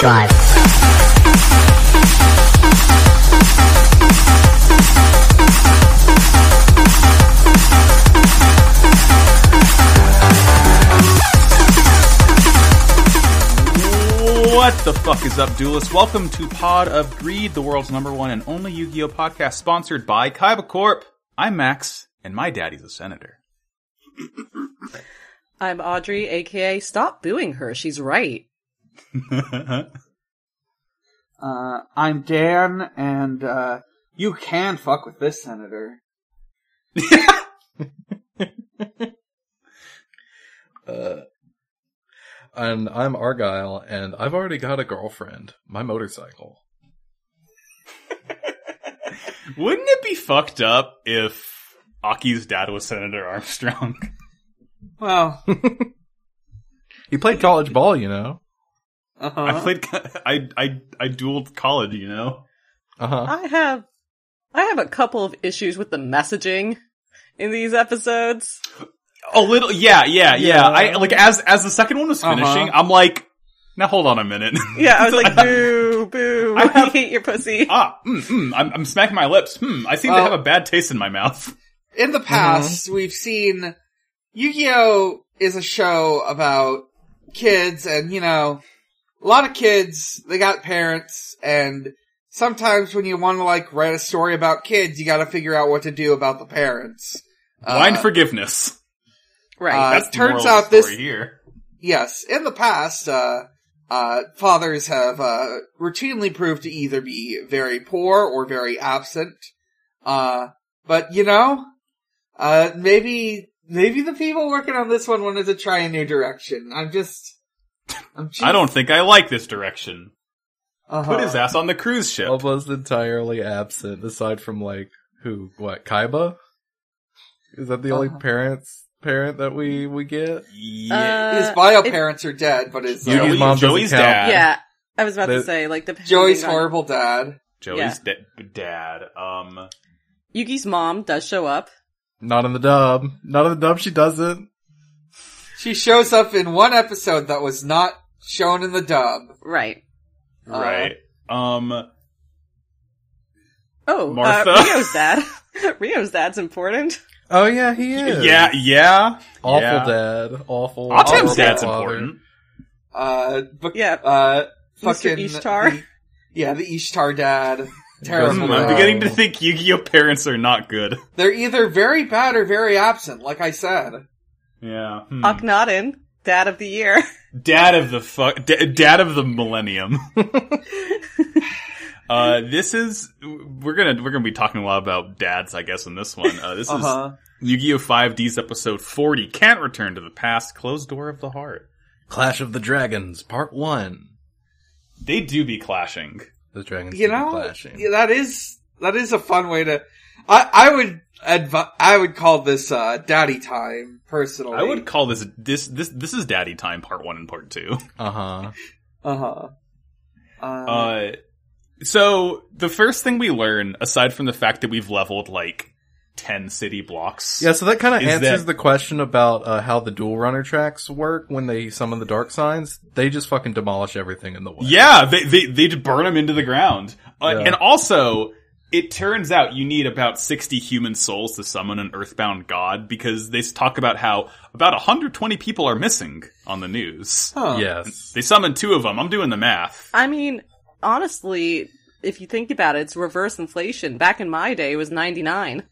drive. What the fuck is up, duelists? Welcome to Pod of Greed, the world's number one and only Yu Gi Oh podcast sponsored by Kaiba Corp. I'm Max, and my daddy's a senator. I'm Audrey, aka Stop Booing Her. She's right. Uh, I'm Dan, and uh, you can fuck with this senator. Uh, and I'm Argyle, and I've already got a girlfriend. My motorcycle. Wouldn't it be fucked up if Aki's dad was Senator Armstrong? Well, He played college ball, you know. uh-huh. I played, I, I, I dueled college, you know? Uh huh. I have, I have a couple of issues with the messaging in these episodes. A little, yeah, yeah, yeah. Yeah. I, like, as, as the second one was Uh-huh. finishing, I'm like, now hold on a minute. Yeah, I was like, boo, boo, I I have- hate your pussy. ah, mm, mm, I'm, I'm smacking my lips. Hmm, I seem to Well- have a bad taste in my mouth. in the past, we've seen Yu-Gi-Oh is a show about kids, and you know, a lot of kids they got parents, and sometimes when you want to like write a story about kids, you got to figure out what to do about the parents. Blind forgiveness. right. uh, That's the turns moral of the out this- story here. Yes, in the past, uh, uh, fathers have uh, routinely proved to either be very poor or very absent. Uh, but you know, uh, maybe maybe the people working on this one wanted to try a new direction. I'm just, I'm just I don't think I like this direction. uh-huh. Put his ass on the cruise ship. Love was entirely absent, aside from like who, what, Kaiba? Is that the only Uh-huh. parents parent that we we get? Yeah. His Uh, bio it- parents are dead, but his Joey- Yugi's uh, mom doesn't Joey's count. dad. yeah, I was about to The- say, like, the Joey's on- horrible dad. Joey's da- dad. Uh, Um, Yugi's mom does show up. Not in the dub. Not in the dub. She doesn't. She shows up in one episode that was not shown in the dub. Right. Uh, right. Um, Oh, Martha. Uh, Rio's dad. Rio's dad's important. Oh yeah, he is. yeah, yeah. Awful yeah. dad. Awful. Autumn's horrible dad's father. important. Uh, but, Yeah. uh, Mr. fucking Ishtar. the- yeah, the Ishtar dad. Hmm, Terrible. Hmm, Wow. I'm dad. beginning to think Yu-Gi-Oh parents are not good. They're either very bad or very absent, like I said. Yeah. hmm. Akhenaten, dad of the year. Dad of the fuck. D- dad of the millennium. uh, this is we're gonna we're gonna be talking a lot about dads, I guess, in this one. Uh, this Uh is huh. Yu-Gi-Oh! 5D's episode 40, Can't Return to the Past, Closed Door of the Heart. Clash of the Dragons, Part One. They do be clashing. The dragons You keep know, clashing. yeah, that is that is a fun way to. I I would advi- I would call this uh, daddy time personally. I would call this this this this is Daddy Time Part One and Part Two. Uh huh. Uh-huh. Uh Uh, so the first thing we learn, aside from the fact that we've leveled like ten city blocks, Yeah, so that kind of Is answers that- the question about uh, how the dual runner tracks work when they summon the dark signs. They just fucking demolish everything in the way. yeah, they they they just burn them into the ground, uh, Yeah. and also. It turns out you need about 60 human souls to summon an earthbound god because they talk about how about 120 people are missing on the news. huh. Yes. They summoned two of them. I'm doing the math. I mean, honestly, if you think about it, it's reverse inflation. Back in my day, it was 99.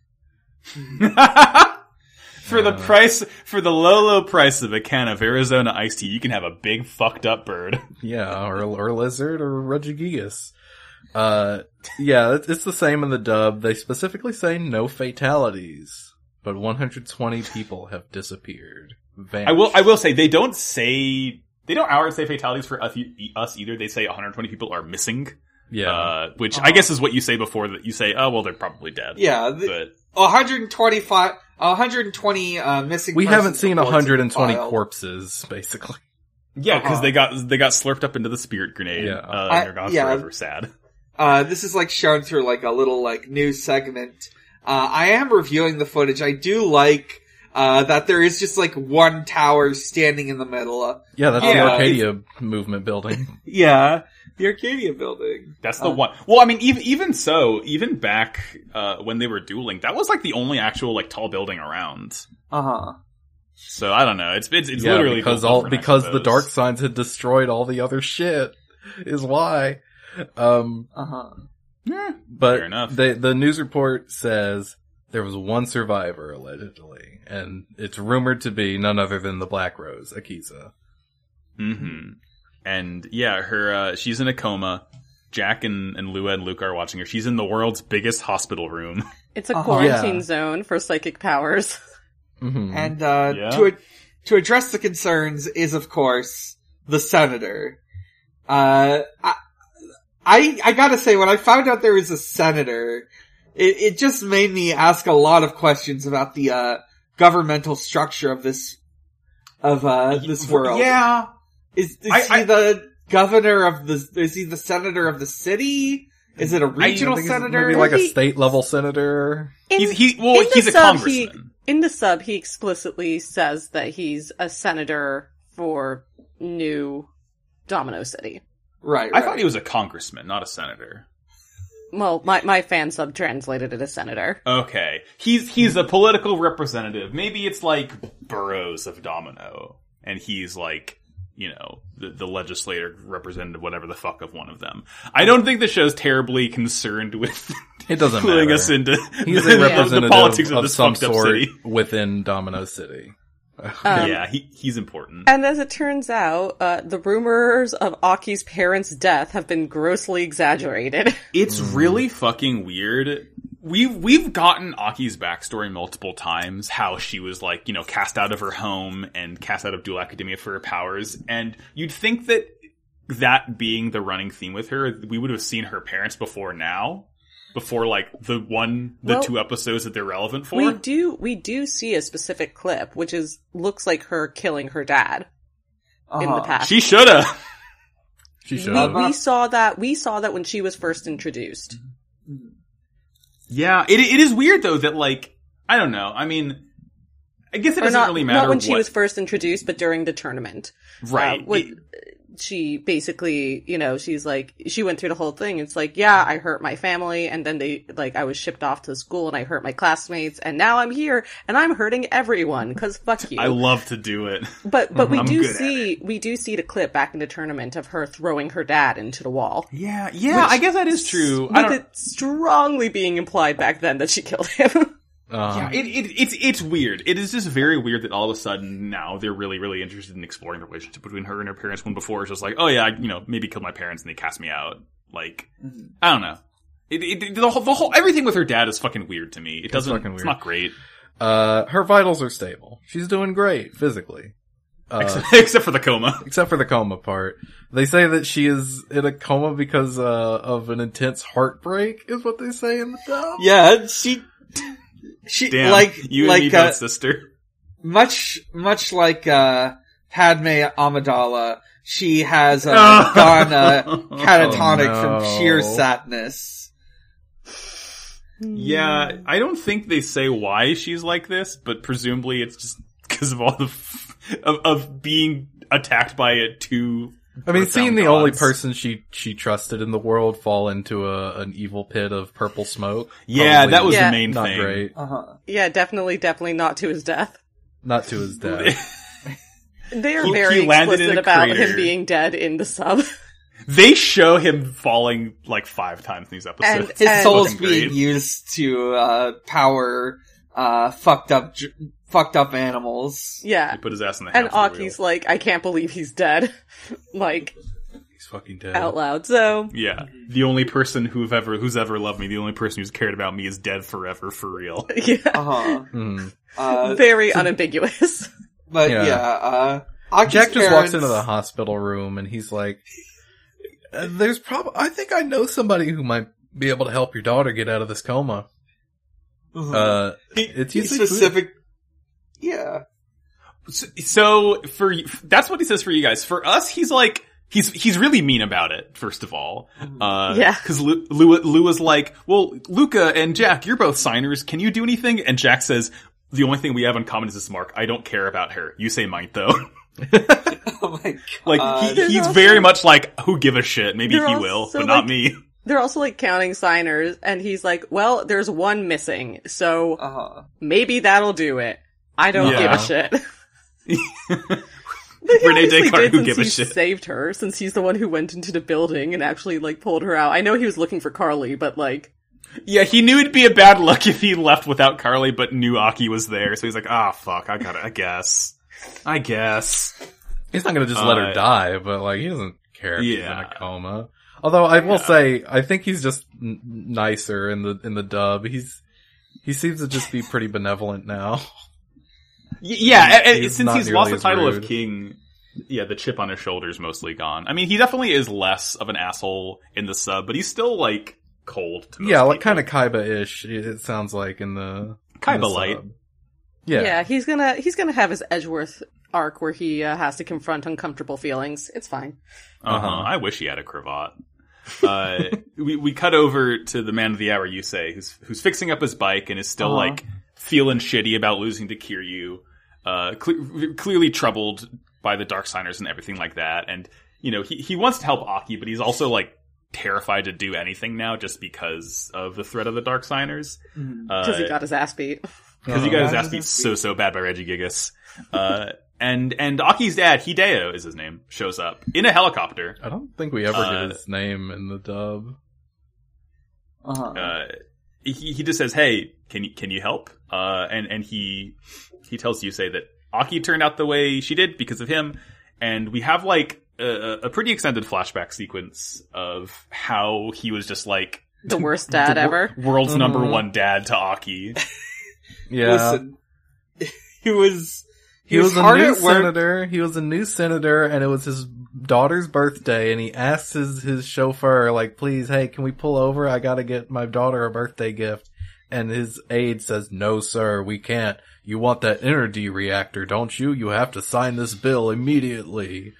for the price, for the low, low price of a can of Arizona iced tea, you can have a big fucked up bird. Yeah, or, or lizard or Regigigas. Uh, yeah, it's, it's the same in the dub. They specifically say no fatalities, but 120 people have disappeared. Vanished. I will, I will say they don't say they don't outright say fatalities for us, e- us either. They say 120 people are missing, Yeah. uh, which I guess is what you say before that you say, oh well, they're probably dead. Yeah. The, but 125. 120 uh, missing. we haven't persons seen reports 120 filed. corpses, basically. yeah, because Uh-huh. they got they got slurped up into the spirit grenade. Yeah. uh, I- and they're gone yeah. forever. Sad. Uh, this is like shown through like a little like news segment. Uh, I am reviewing the footage. I do like, uh, that there is just like one tower standing in the middle. Uh, Yeah, that's Yeah. the Arcadia movement building. yeah. The Arcadia building. That's the Uh. one. Well, I mean, even even so, even back uh, when they were dueling, that was like the only actual like tall building around. Uh huh. So I don't know. It's it's, it's yeah, literally because built all different, I because the suppose. dark signs had destroyed all the other shit is why. Um, Uh huh. Yeah. but Fair enough. the the news report says there was one survivor allegedly, and it's rumored to be none other than the Black Rose Akiza. hmm And yeah, her uh, she's in a coma. Jack and and Lua and Luke are watching her. She's in the world's biggest hospital room. It's a Uh-huh. quarantine Yeah. zone for psychic powers. Mm-hmm. And uh, Yeah. to ad- to address the concerns is, of course, the senator. Uh, I I, I gotta say, when I found out there was a senator, it, it just made me ask a lot of questions about the uh, governmental structure of this of uh, this world. Yeah. is, is I- he I- the governor of the? Is he the senator of the city? Is it a regional senator? maybe like a Maybe- state level senator. In, He's he well in the he's a sub, he- congressman. in the sub, he explicitly says that he's a senator for New Domino City. right, I right. thought he was a congressman, not a senator. Well, my, my fan sub translated it as senator. Okay. He's he's a political representative. Maybe it's like Burroughs of Domino. And he's like, you know, the, the legislator representative, whatever the fuck of one of them. I don't think the show's terribly concerned with It doesn't cluing matter. us into He's the, a the representative politics of, of, this some fucked up sort city. within Domino City. Um, yeah, he, he's important. And as it turns out, uh, the rumors of Aki's parents' death have been grossly exaggerated. It's Mm. really fucking weird. We've we've gotten Aki's backstory multiple times, how she was like, you know, cast out of her home and cast out of dual academia for her powers, and you'd think that that being the running theme with her, we would have seen her parents before now. Before like the one the Well, two episodes that they're relevant for. we do we do see a specific clip, which is looks like her killing her dad in the Uh-huh. past. she shoulda. She should we, have. we saw that we saw that when she was first introduced. Yeah. It it is weird though that like I don't know. I mean I guess it Or doesn't not, really matter not when she what- was first introduced, but during the tournament. right. Uh, when- she basically, you know, she's like, she went through the whole thing. It's like, yeah, I hurt my family. And then they, like, I was shipped off to school and I hurt my classmates. And now I'm here and I'm hurting everyone because fuck you. I love to do it. but, but we I'm do good at see, we do see the clip back in the tournament of her throwing her dad into the wall. Yeah, yeah, I guess that is true. I With don't, it strongly being implied back then that she killed him. Um, it, it, it's it's weird. It is just very weird that all of a sudden now they're really really interested in exploring the relationship between her and her parents. When before it's just like, oh yeah, I, you know, maybe killed my parents and they cast me out. Like, Mhm. I don't know. It, it, the whole the whole everything with her dad is fucking weird to me. It doesn't. fucking It's weird. not great uh, her vitals are stable. She's doing great physically. Uh, except, except for the coma. except for the coma part. They say that she is in a coma because uh, of an intense heartbreak, is what they say in the dub. Yeah, she she Damn, like you like and me uh, both, sister. much much like uh Padme Amidala, she has uh, Oh. gone uh, catatonic Oh, from no. sheer sadness. Mm. Yeah, I don't think they say why she's like this, but presumably it's just because of all the f- of, of being attacked by it too. I mean, Earthbound seeing the only gods. person she she trusted in the world fall into a an evil pit of purple smoke. Yeah, probably that was the Yeah. main not thing. great. Uh huh. Yeah, definitely, definitely not to his death. Not to his death. They are He- he very landed in explicit a about crater. him being dead in the sub. They show him falling like five times in these episodes. And- His and- soul's Fucking being great. used to uh power uh fucked up dr- fucked up animals. Yeah. he put his ass in the And hamster wheel. Aki's like, I can't believe he's dead. like, He's fucking dead. out loud. So, Yeah, the only person who've ever who's ever loved me, the only person who's cared about me is dead forever for real. yeah. Uh-huh. Hmm. Uh Very unambiguous. But Yeah. yeah, uh Aki's Jack just parents- walks into the hospital room and he's like, "Uh, "There's probably I think I know somebody who might be able to help your daughter get out of this coma." Mhm. Uh, He- it's He usually food. specific. Yeah. So, so for you- that's what he says for you guys. For us, he's like he's he's really mean about it. First of all, uh, Yeah. because Lou, Lou Lou was like, well, Luca and Jack, you're both signers. Can you do anything? And Jack says, the only thing we have in common is this mark. I don't care about her. You say mine though. Oh my Like God. he, There's he's also- very much like who give a shit. Maybe They're he will, also, but not like- me. They're also like counting signers, and he's like, well, there's one missing, so uh, maybe that'll do it. I don't Yeah. give a shit. Rene Descartes, who give give a shit. saved her, since he's the one who went into the building and actually, like, pulled her out. I know he was looking for Carly, but, like, Yeah, he knew it'd be a bad luck if he left without Carly, but knew Aki was there, so he's like, ah, fuck, I gotta, I guess, I guess. He's not gonna just let her Uh, die, but like he doesn't care if she's in yeah. a coma. Although I will Yeah. say, I think he's just n- nicer in the in the dub. He's he seems to just be pretty benevolent now. Y- yeah, He's- and, and he's since not he's lost nearly the as title rude. of king, yeah, the chip on his shoulder's mostly gone. I mean, he definitely is less of an asshole in the sub, but he's still like cold. To most yeah, like people. kind of Kaiba-ish. It it sounds like in the in the Kaiba light. sub. yeah. Yeah, he's gonna, he's gonna have his Edgeworth arc where he uh, has to confront uncomfortable feelings. It's fine. Uh-huh. Uh-huh. I wish he had a cravat. Uh, we we cut over to the man of the hour, Yusei, who's who's fixing up his bike and is still Uh-huh. like feeling shitty about losing to Kiryu. Uh, cle- clearly troubled by the Dark Signers and everything like that. And you know he he wants to help Aki, but he's also like terrified to do anything now just because of the threat of the Dark Signers. mm. Cause Uh, he got his ass beat. Because you Uh-huh. guys Yeah, asked me that's so so bad by Reggie Gigas. Uh, and and Aki's dad, Hideo is his name, shows up in a helicopter. I don't think we ever Uh, get his name in the dub. uh-huh. Uh, he he just says, "Hey, can you can you help?" Uh, and and he he tells Yusei that Aki turned out the way she did because of him, and we have like a, a- a pretty extended flashback sequence of how he was just like The worst dad the wor- ever. world's Mm-hmm. number Mhm. one dad to Aki. Yeah, Listen, he was he was, a hard new at work. senator. He was a new senator, and it was his daughter's birthday. And he asked his his chauffeur, like, "Please, hey, can we pull over? I gotta get my daughter a birthday gift." And his aide says, "No, sir, we can't. You want that energy reactor, don't you? You have to sign this bill immediately."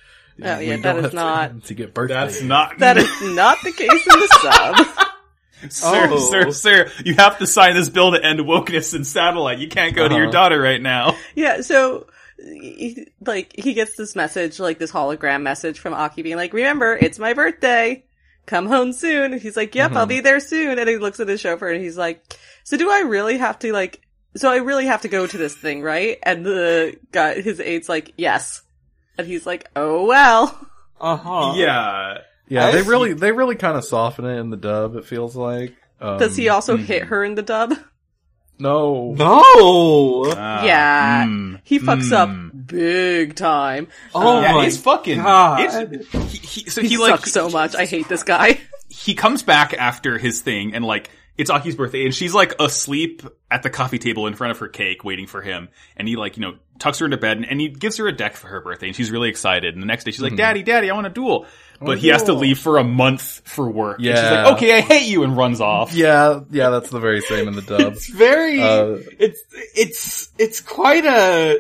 Oh, We yeah, that don't is have not- time to get birthday. That's not That is not the case in the sub. sir, Oh. sir, sir. You have to sign this bill to end wokeness in satellite. You can't go to your Uh-huh. daughter right now. Yeah, so, he- like, he gets this message, like, this hologram message from Aki being like, remember, it's my birthday. Come home soon. And he's like, yep, I'll Mhm. Mm-hmm. be there soon. And he looks at his chauffeur and he's like, so do I really have to, like, so I really have to go to this thing, right? And the guy, his aide's like, yes. And he's like, oh well. Uh-huh. Yeah. yeah. I- they really they really kind of soften it in the dub. It feels like. Um, Does he also mhm. hit her in the dub? No. No. Uh, Ah, Yeah. mm, He fucks mm. up big time. oh yeah, my it's fucking. God. It's, he, he, so He, he, like sucks so much. I hate this guy. he comes back after his thing and like it's Aki's birthday and she's like asleep at the coffee table in front of her cake waiting for him and he like you know tucks her into bed and, and he gives her a deck for her birthday and she's really excited and the next day she's like Mhm. daddy daddy I want a duel but want a he has to duel. leave for a month for work and she's Yeah. like okay I hate you and runs off Yeah, yeah, that's the very same in the dub. It's very Uh, it's it's it's quite a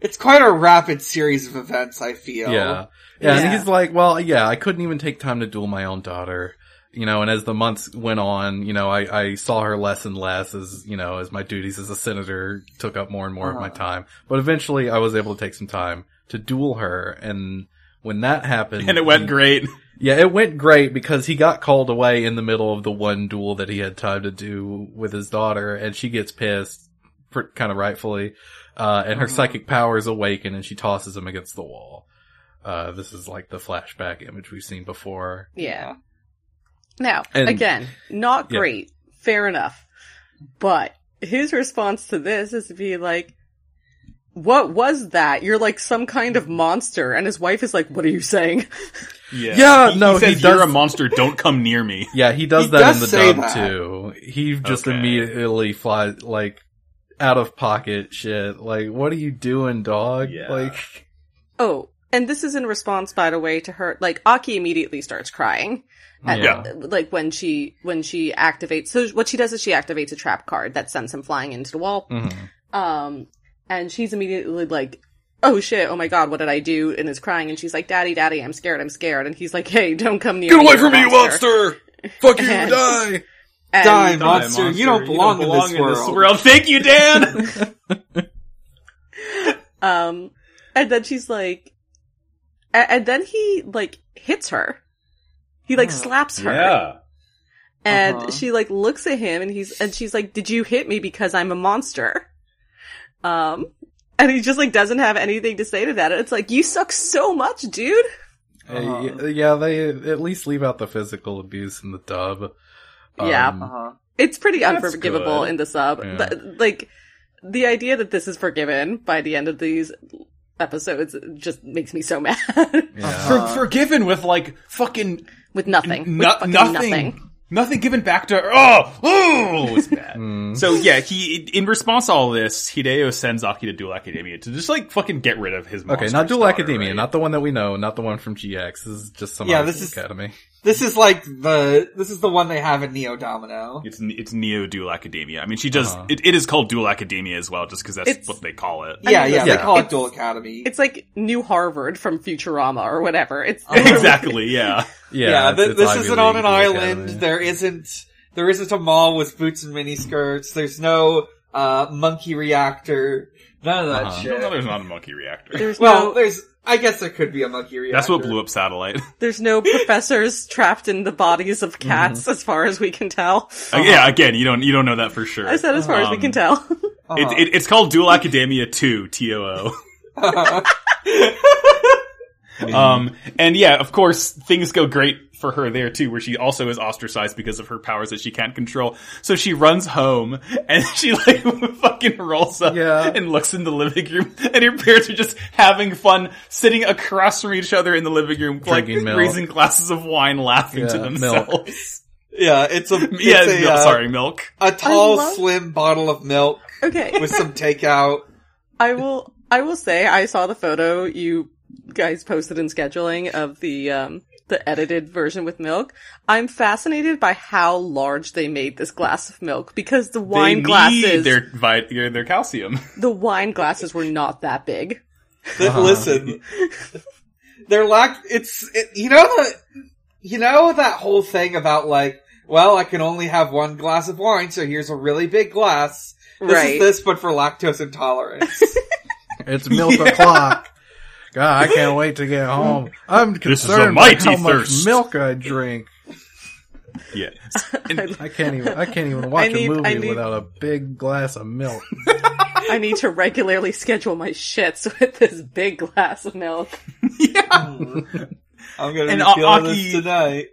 it's quite a rapid series of events, I feel. Yeah. Yeah, and Yeah. he's like, well, yeah, I couldn't even take time to duel my own daughter. You know, and as the months went on, you know, I, I saw her less and less as, you know, as my duties as a senator took up more and more of my Uh-huh. time. But eventually I was able to take some time to duel her. And when that happened. and it went he- great Yeah, it went great because he got called away in the middle of the one duel that he had time to do with his daughter, and she gets pissed, pr- kind of rightfully, uh, and her Mhm. psychic powers awaken, and she tosses him against the wall. Uh, this is like the flashback image we've seen before. Yeah. Now, And- again, not Yeah. great. Fair enough. But his response to this is to be like, what was that? You're like some kind of monster. And his wife is like, what are you saying? yeah, Yeah, he, no, he he says does- you're a monster don't come near me Yeah, he does He that does say in the dub that. too. He just Okay. immediately flies like out of pocket shit. Like, what are you doing, dog? Yeah. Like, Oh, and this is in response, by the way, to her, like, Aki immediately starts crying. at- Yeah. Like when she, when she activates, so what she does is she activates a trap card that sends him flying into the wall. mhm. Um, and she's immediately like, "Oh shit! Oh my god! What did I do?" And is crying, and she's like, "Daddy, daddy, I'm scared, I'm scared." And he's like, "Hey, don't come near me, you're a Fuck you, And- die! And- Die, monster. You don't belong, in, this world. Thank you, Dan. Um, and then she's like, a- and then he like hits her. He like Yeah. slaps her, Yeah. and Uh-huh. she like looks at him, and he's and she's like, "Did you hit me because I'm a monster?" Um, and he just like doesn't have anything to say to that. It's like you suck so much, dude. Uh, Uh-huh. y- yeah, they at least leave out the physical abuse in the dub. Um, Yeah. Uh-huh. It's pretty That's unforgivable good. in the sub. Yeah. But, like, the idea that this is forgiven by the end of these episodes just makes me so mad. yeah. For, Uh-huh. forgiven with like fucking With nothing. no- With fucking nothing, nothing, given back to her. Oh, oh, it's bad. Mm. so yeah, he in response to all this, Hideo sends Aki to Dual Academia to just like fucking get rid of his. Okay, monstrous not Dual daughter, Academia, right? not the one that we know, not the one from GX. This is just some Yeah, other this is- academy. This is like the this is the one they have in Neo Domino. It's it's Neo Dual Academia. I mean, she does. Uh-huh. It, it is called Dual Academia as well, just because that's It's- what they call it. I Yeah, mean, yeah, they yeah. call it It's- Dual Academy. It's like New Harvard from Futurama or whatever. It's Uh-huh. exactly. Yeah. Yeah, yeah, it's- th- it's this Ivy isn't on an League Dual island. Academy. There isn't there isn't a mall with boots and miniskirts. There's no uh monkey reactor. None of that Uh-huh. No, no, shit. there's not a monkey reactor. there's Well, no there's I guess there could be a monkey reactor. That's what blew up satellite. there's no professors trapped in the bodies of cats as far as we can tell. Mm-hmm. Uh, Yeah, again, you don't you don't know that for sure. I said as far as we Um, can tell. Uh-huh. It, it, it's called Dual Academia 2, TOO. Uh-huh. Um, and yeah, of course, things go great for her there too, where she also is ostracized because of her powers that she can't control. So she runs home and she like fucking rolls up Yeah. and looks in the living room and her parents are just having fun sitting across from each other in the living room, like Drinking milk. raising glasses of wine, laughing to Yeah, milk. themselves. yeah, it's a it's yeah, a, no, uh, sorry, milk. a tall, love- slim bottle of milk Okay. with some takeout. I will I will say I saw the photo you guys posted in scheduling of the um the edited version with milk. I'm fascinated by how large they made this glass of milk because the wine they need glasses their vit- their their calcium. the wine glasses were not that big. Th- Uh-huh. Listen, they're lack. It's it, you know the you know that whole thing about like, well, I can only have one glass of wine, so here's a really big glass. This right. is this, but for lactose intolerance. It's milk o'clock. God, I can't wait to get home. I'm This is a concerned by mighty how much thirst. milk I drink. Yeah. And- I can't even. I can't even watch need- I a movie need- without a big glass of milk. I need to regularly schedule my shits with this big glass of milk. I'm gonna And be A- feeling Aki- this tonight.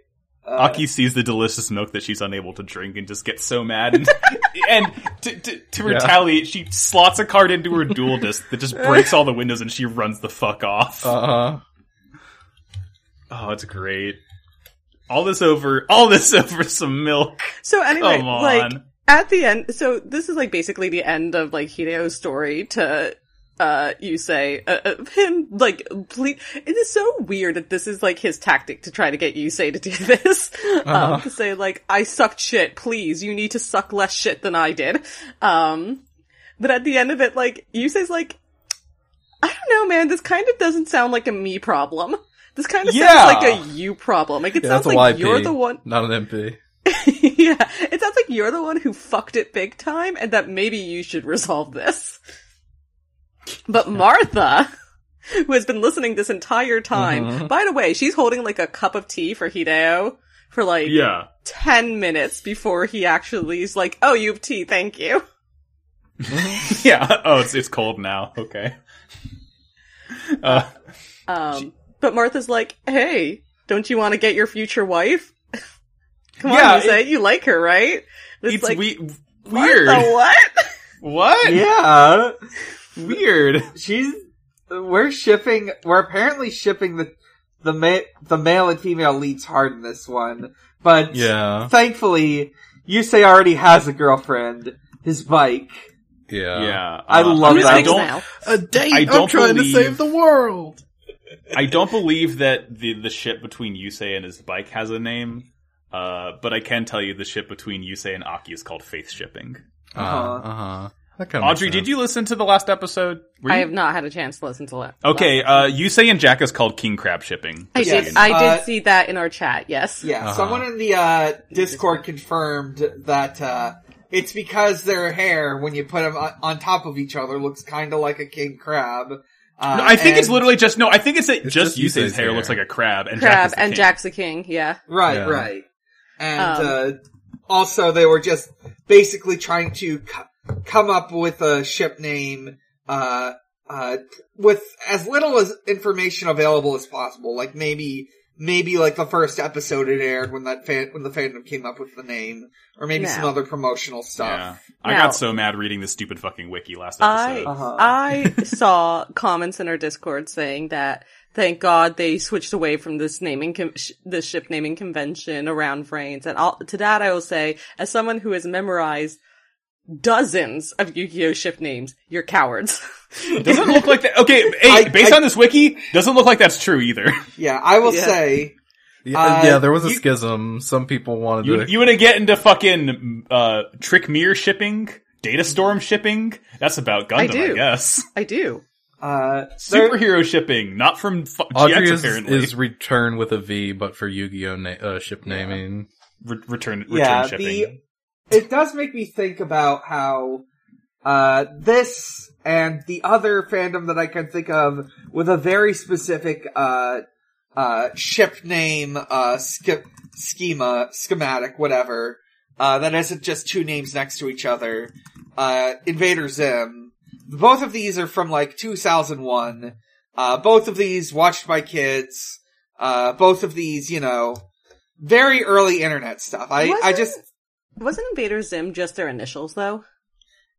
Uh, Aki sees the delicious milk that she's unable to drink and just gets so mad. And, and to, to, to Yeah. retaliate, she slots a card into her dual disc that just breaks all the windows and she runs the fuck off. Uh huh. oh, it's great. All this over, all this over some milk. So anyway, Come on. like at the end, so this is like basically the end of like Hideo's story to uh you say uh, uh, him like please it is so weird that this is like his tactic to try to get Yusei to do this um Uh-huh. to say like I sucked shit please you need to suck less shit than I did um but at the end of it like Yusei's like I don't know man this kind of doesn't sound like a me problem this kind of Yeah. sounds like a you problem like it Yeah, sounds that's a like YP, you're the one not an MP. yeah, it sounds like you're the one who fucked it big time and that maybe you should resolve this. But Martha, who has been listening this entire time, Uh-huh. Mhm. by the way, she's holding like a cup of tea for Hideo for like Yeah. 10 minutes before he actually is like, oh, you have tea, thank you. Yeah. Oh, it's, it's cold now. Okay. Uh, Um, but Martha's like, hey, don't you want to get your future wife? Come Yeah, on, you say you like her, right? it's like, we- "Martha, weird. what? What? yeah, Weird. she's. We're shipping. We're apparently shipping the the ma- the male and female leads hard in this one, but Yeah. Thankfully, Yusei already has a girlfriend, his bike. Yeah. yeah. I love Who's that. I next don't, now? A date. I I'm don't trying believe- to save the world. I don't believe that the the ship between Yusei and his bike has a name, uh, but I can tell you the ship between Yusei and Aki is called Faith Shipping. Uh Uh-huh. huh. Audrey, did you listen to the last episode? Were I you- have not had a chance to listen to it. Okay, uh, Yusei and Jack is called King Crab Shipping. I Just did. saying. I did Uh, see that in our chat. Yes. Yeah, Uh-huh. someone in the uh, Discord confirmed that uh, it's because their hair, when you put them on, on top of each other, looks kind of like a king crab. Uh, No, I think it's and- literely just no. I think it's that It's just just Yusei's Yusei's hair hair. looks like a crab, and Jack Crab is the and king. Jack's the king. Yeah. Right, Yeah. right. And Um, uh, also, they were just basically trying to c- come up with a ship name uh, uh, with as little as information available as possible. Like maybe, maybe like the first episode it aired when that fan- when the fandom came up with the name, or maybe some No. other promotional Yeah, stuff. I Now- got so mad reading this stupid fucking wiki last I episode. Uh-huh. I saw comments in our Discord saying that thank God they switched away from this naming con- sh- this ship naming convention around Vrains, and I'll, to that I will say, as someone who has memorized dozens of Yu-Gi-Oh ship names, you're cowards. doesn't look like that. Okay, hey, I- based I- on this wiki, doesn't look like that's true either. Yeah, I will Yeah. say. Yeah, Uh, yeah, there was a you- schism. Some people wanted You to. you want to get into fucking uh, trick mirror shipping, data storm shipping? That's about Gundam, I, I do. guess. I do. Uh, there- Superhero shipping, not from fu- Audrey GX is, apparently. is return with a V, but for Yu-Gi-Oh na- uh, ship naming. Re- return return Yeah, shipping. the- it does make me think about how uh, this and the other fandom that I can think of with a very specific uh, uh, ship name uh, sch- schema, schematic, whatever, uh, that isn't just two names next to each other. Uh, Invader Zim. Both of these are from like 2001. Uh, both of these watched by kids. Uh, both of these, you know, very early internet stuff. I, I Wasn't- just, Wasn't Invader Zim just their initials though?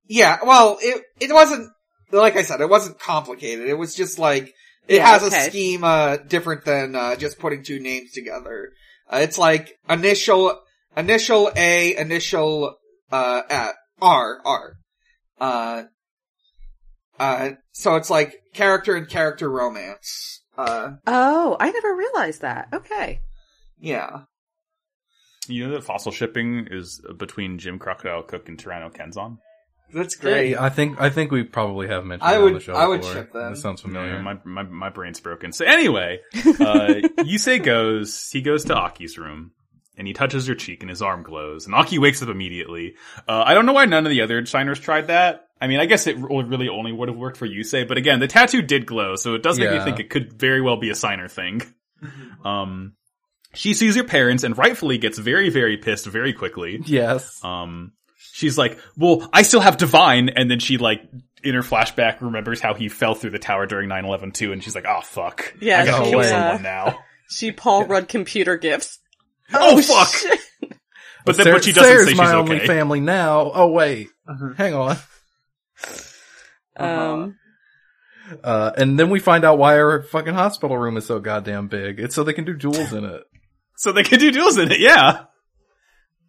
Yeah, well, it it wasn't like I said, it wasn't complicated. It was just like it Yeah, has okay. a schema different than uh, just putting two names together. Uh, it's like initial initial A, initial uh at R R. Uh, uh, so it's like character and character romance. Uh, Oh, I never realized that. Okay. yeah. You know that fossil shipping is between Jim Crocodile Cook and Tyranno Kenzan. That's great. I think I think we probably have mentioned. I that on would- the show I would before. ship them. That sounds No, familiar. my, my my brain's broken. So anyway, uh, Yusei goes. He goes to Aki's room, and he touches her cheek, and his arm glows. And Aki wakes up immediately. Uh, I don't know why none of the other signers tried that. I mean, I guess it re- really only would have worked for Yusei, but again, the tattoo did glow, so it does make me Yeah. think it could very well be a signer thing. Um, she sees her parents and rightfully gets very, very pissed very quickly. Yes. Um, she's like, well, I still have divine. And then she like, in her flashback, remembers how he fell through the tower during 9-11 too. And she's like, oh fuck. Yeah, I gotta she, kill uh, someone now. She Paul Rudd computer gifts. Oh, fuck. But, then, Sarah- but she doesn't Sarah's say she's my only okay. family now. Oh wait, Uh-huh. hang on. Uh-huh. Um, Uh, and then we find out why our fucking hospital room is so goddamn big. It's so they can do duels in it. So they could do duels in it. Yeah.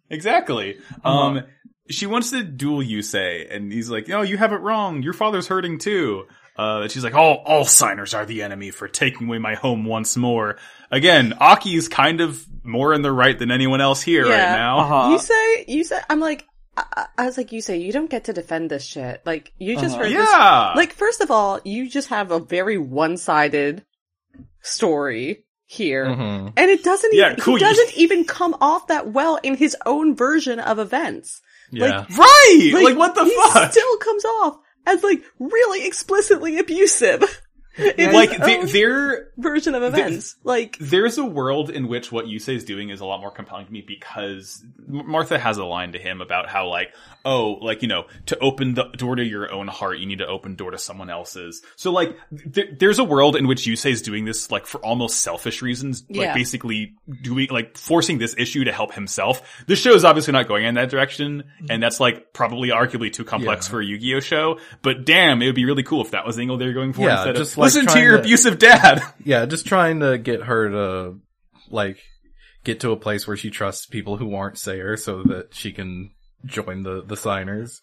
Exactly. Um, she wants to duel Yusei and he's like, no, you have it wrong. Your father's hurting too. Uh, she's like, all, all signers are the enemy for taking away my home once more. Again, Aki is kind of more in the right than anyone else here Yeah. right now. Uh-huh. you say you say I'm like I, I- I was like you say you don't get to defend this shit. Like you just Uh-huh. heard this Yeah. Like, first of all, you just have a very one-sided story here. hmm And it doesn't Mm-hmm. Yeah, even, cool, he you doesn't even come off that well in his own version of events. Yeah. right. Like, what the he fuck? still comes off as like really explicitly abusive in Like his th- own there version of events. like, there's a world in which what Yusei is doing is a lot more compelling to me because M- Martha has a line to him about how like, oh, like, you know, to open the door to your own heart, you need to open door to someone else's. So like, th- there's a world in which Yusei is doing this like for almost selfish reasons, Yeah. like basically doing, like forcing this issue to help himself. This show is obviously not going in that direction. And that's like probably arguably too complex Yeah. for a Yu-Gi-Oh show, but damn, it would be really cool if that was the angle they were going for Yeah, instead just, of like, listen to trying your to- abusive dad. Yeah, just trying to get her to, like, get to a place where she trusts people who aren't Sayer so that she can join the, the signers.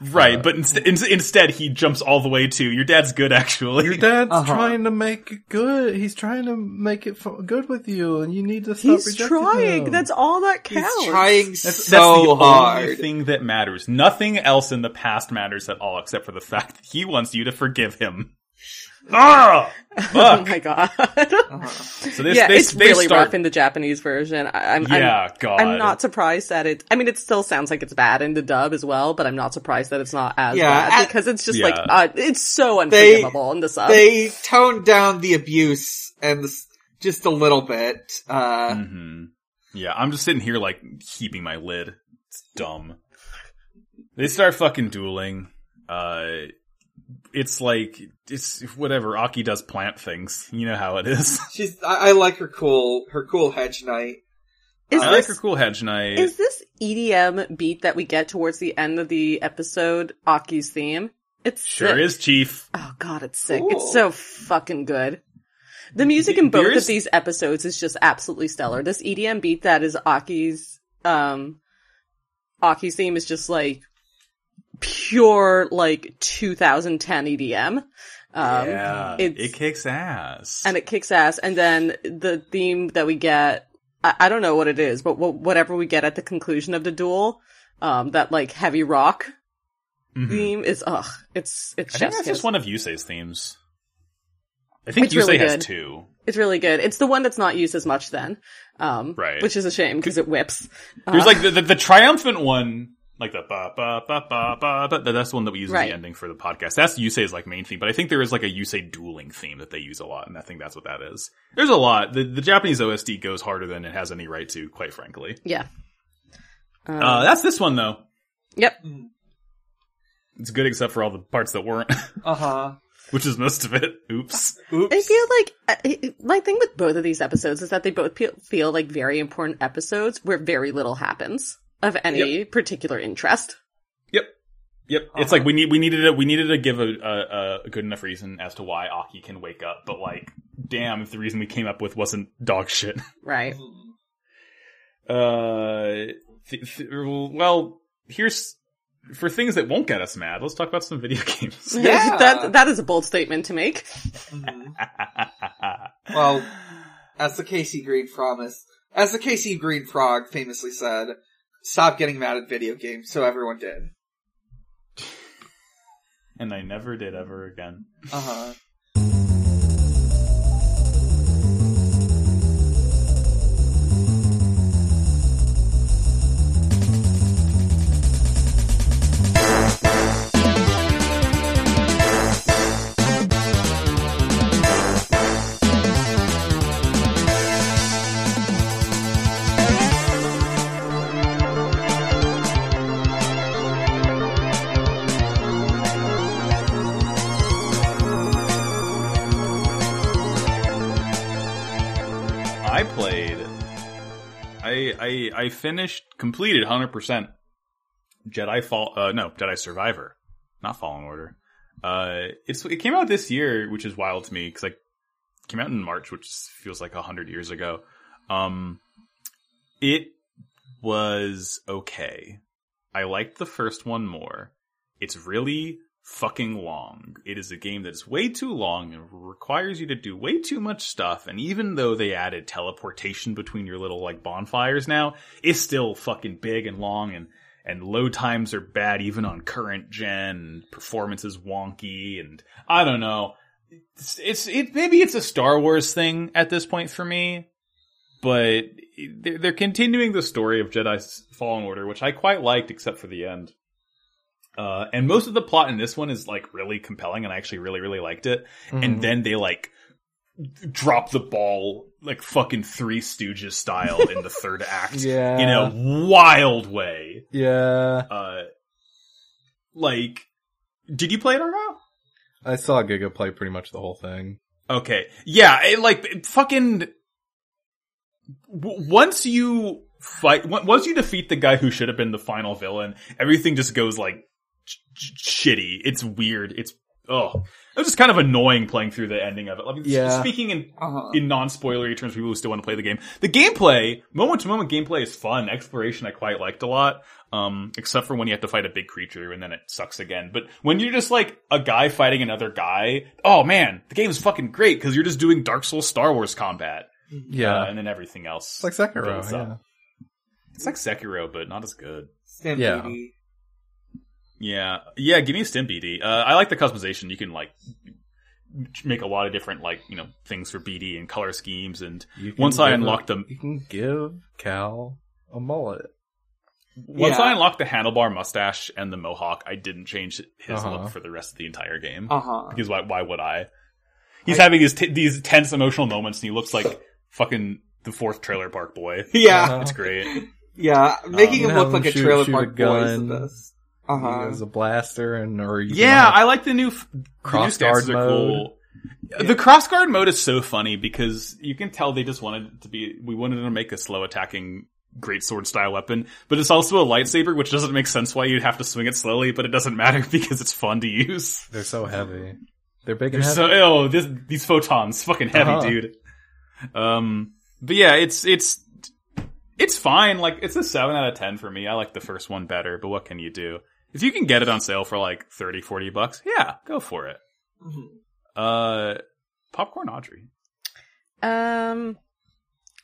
Right, Uh, but inst- in- instead he jumps all the way to your dad's good actually. Your dad's Uh-huh. trying to make it good. He's trying to make it f- good with you and you need to stop he's rejecting trying. him. That's all that He's counts. trying that's, that's so the only hard. thing that matters. Nothing else in the past matters at all except for the fact that he wants you to forgive him. Ah, oh fuck. my god. Uh-huh. So they- yeah, they- it's they really start- rough in the Japanese version. I, I'm, I'm, yeah, God. I'm not surprised that it. I mean, it still sounds like it's bad in the dub as well, but I'm not surprised that it's not as Yeah, bad at- because it's just Yeah. like uh, it's so They- unforgivable in the Uh, sub. they toned down the abuse and the, s- just a little bit. Uh, Mm. hmm Yeah, I'm just sitting here like keeping my lid. It's dumb. They start fucking dueling. Uh, it's like it's whatever. Aki does plant things. You know how it is. she's I, I like her cool her cool hedge knight. is I like this her cool hedge knight. is this EDM beat that we get towards the end of the episode Aki's theme? It's sure sick. is chief. Oh god, it's sick. Cool. It's so fucking good. The music in both There's- of these episodes is just absolutely stellar. This EDM beat that is Aki's um Aki's theme is just like pure like 2010 EDM. Um yeah, it's- it kicks ass. and it kicks ass and then the theme that we get I, I don't know what it is, but wh- whatever we get at the conclusion of the duel, um that like heavy rock Mhm. theme is ugh, it's it's I think that's chef's just kiss. one of Yusei's themes. I think It's Yusei really good. has two. It's really good. It's the one that's not used as much then. Um, Right. Which is a shame because it whips. There's Uh, like the, the the triumphant one, like the ba ba ba ba ba. ba that- that's the one that we use as Right. the ending for the podcast. That's Yusei's like main theme, but I think there is like a Yusei dueling theme that they use a lot, and I think that's what that is. There's a lot. The the Japanese OSD goes harder than it has any right to, quite frankly. yeah. Um, Uh, that's this one though. yep. It's good except for all the parts that weren't, Uh huh. which is most of it. Oops. Oops. I feel like I- I- my thing with both of these episodes is that they both pe- feel like very important episodes where very little happens of any particular interest. Yep. It's like we need we needed to we needed to give a, a a good enough reason as to why Aki can wake up, but like, damn, if the reason we came up with wasn't dog shit. Right. Uh, th- th- well, here's for things that won't get us mad. Let's talk about some video games. Yeah. that, that is a bold statement to make. Mhm. Well, as the Casey Green promise, as the Casey Green frog famously said, "Stop getting mad at video games." So everyone did. and I never did ever again. Uh huh. I played. I I I finished completed hundred percent. Jedi Fall. Uh, no, Jedi Survivor, not Fallen Order. Uh, it's it came out this year, which is wild to me because like came out in March, which feels like a hundred years ago. Um, it was okay. I liked the first one more. It's really fucking long. It is a game that is way too long and requires you to do way too much stuff. And even though they added teleportation between your little like bonfires now, it's still fucking big and long and and load times are bad even on current gen. Performance is wonky and I don't know. It's, it's it maybe it's a Star Wars thing at this point for me, but they're, they're continuing the story of Jedi's Fallen Order, which I quite liked except for the end. Uh, and most of the plot in this one is like really compelling, and I actually really really liked it. And then they like drop the ball like fucking Three Stooges style in the third act yeah, in a wild way. yeah, Uh, like, did you play it, Argyle? I saw Giga play pretty much the whole thing. Okay. Yeah, it, like it fucking w- once you fight on- once you defeat the guy who should have been the final villain, everything just goes like sh- sh- shitty. It's weird. It's oh, it was just kind of annoying playing through the ending of it. I mean, s- Yeah. speaking in Uh huh. in non-spoilery terms, for people who still want to play the game. The gameplay, moment-to-moment gameplay is fun. Exploration I quite liked a lot, um, except for when you have to fight a big creature and then it sucks again. But when you're just like a guy fighting another guy, oh man, the game's fucking great because you're just doing Dark Souls Star Wars combat. Yeah, Uh, and then everything else. it's like Sekiro. builds Yeah. up. It's like Sekiro, but not as good. Stampede. Yeah, yeah. Give me a stim BD. Uh, I like the customization. You can like make a lot of different like you know things for BD and color schemes. And You can once I give unlocked a- them, You can give Cal a mullet. once Yeah. I unlocked the handlebar mustache and the mohawk, I didn't change his Uh-huh. look for the rest of the entire game. Uh huh. Because why? Why would Oh. I? He's I- having these t- these tense emotional moments, and he looks like fucking the fourth trailer park boy. Yeah, Uh-huh. It's great. yeah. Making him have look him like a shoot- trailer shoot a park boy is the gun. best. Uh He Uh-huh. huh. has a blaster and or you can Yeah, have- I like the new f- the new Cross stances guard are cool. The cross guard mode is so funny because you can tell they just wanted it to be. We wanted to make a slow attacking great sword style weapon, but it's also a lightsaber, which doesn't make sense why you'd have to swing it slowly. But it doesn't matter because it's fun to use. they're so heavy. They're big They're and heavy. so oh this, these photons fucking heavy, Uh-huh. dude. Um, but yeah, it's it's it's fine. Like it's a seven out of ten for me. I like the first one better, but what can you do? If you can get it on sale for like 30, 40 bucks, yeah, go for it. Mm-hmm. Uh, popcorn Audrey. Um,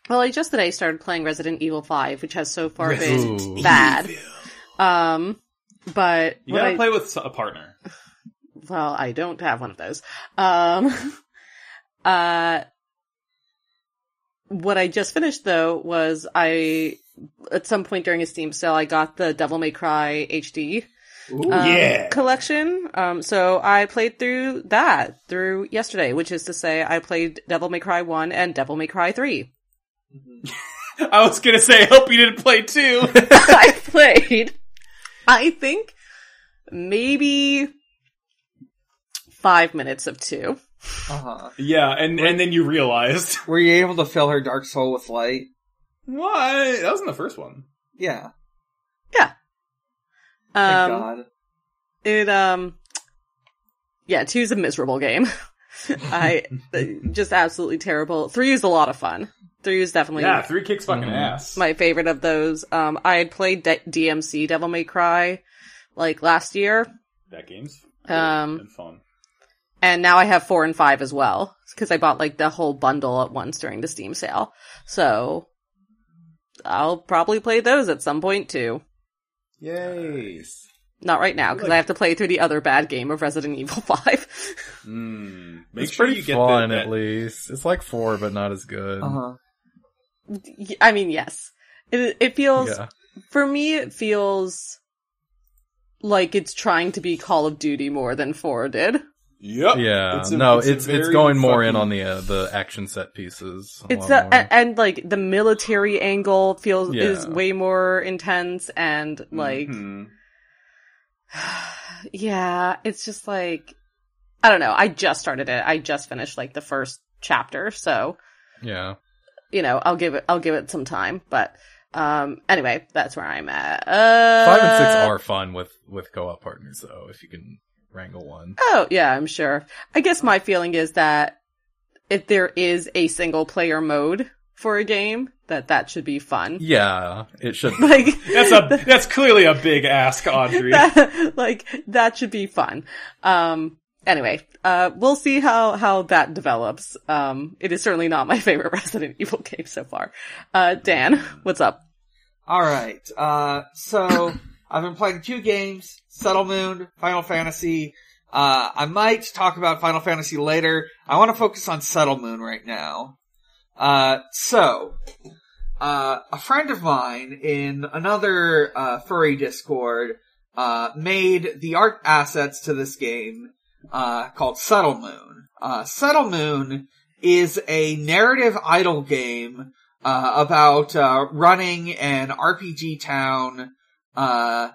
well, I just today started playing Resident Evil 5, which has so far been Ooh. bad. Um, but You what gotta I- play with a partner. well, I don't have one of those. Um, uh, what I just finished though was I, at some point during a Steam sale, I got the Devil May Cry HD Ooh, um, yeah. collection. Um, so I played through that through yesterday, which is to say, I played Devil May Cry one and Devil May Cry three. I was gonna say, I hope you didn't play two. I played, I think, maybe five minutes of two. Uh huh. yeah, and and then you realized Were you able to fill her dark soul with light? why that was in the first one. Yeah. Thank Um, God. it um, yeah, two's a miserable game. I just absolutely terrible. Three is a lot of fun. Three is definitely Yeah, three kicks fucking Mhm. ass. my favorite of those. Um, I had played D- DMC Devil May Cry like last year, that game's Um, and fun. and now I have four and five as well because I bought like the whole bundle at once during the Steam sale. So I'll probably play those at some point too. Yay. Not right now because I have to play through the other bad game of Resident Evil Five. Mm, make It's sure pretty you get fun the, that- at least. It's like four, but not as good. Uh Uh-huh. huh. Y- I mean, yes, it it feels Yeah. for me it feels like it's trying to be Call of Duty more than four did. Yep. Yeah. a- no, a it's it's very going more in fucking- on the uh, the action set pieces. a It's uh, lot a, more. a- and like the military angle feels is Yeah. Mm-hmm. way more intense and like. Mhm. yeah, it's just like I don't know. I just started it. I just finished like the first chapter, so yeah. you know, I'll give it I'll give it some time, but um anyway, that's where I'm at. Uh Five and six are fun with with co op partners though, if you can wrangle one. Oh, yeah, I'm sure. I guess my feeling is that if there is a single player mode for a game, that that should be fun. Yeah, it should. be. Like That's a that's clearly a big ask, Audrey. that, like that should be fun. Um anyway, uh we'll see how how that develops. Um it is certainly not my favorite Resident Evil game so far. Uh Dan, what's up? All right. Uh, so I've been playing two games: Settle Moon, Final Fantasy. Uh, I might talk about Final Fantasy later. I want to focus on Settle Moon right now. Uh, so, uh, a friend of mine in another uh, furry Discord uh, made the art assets to this game uh, called Settle Moon. Uh, Settle Moon is a narrative idle game uh, about uh, running an RPG town uh,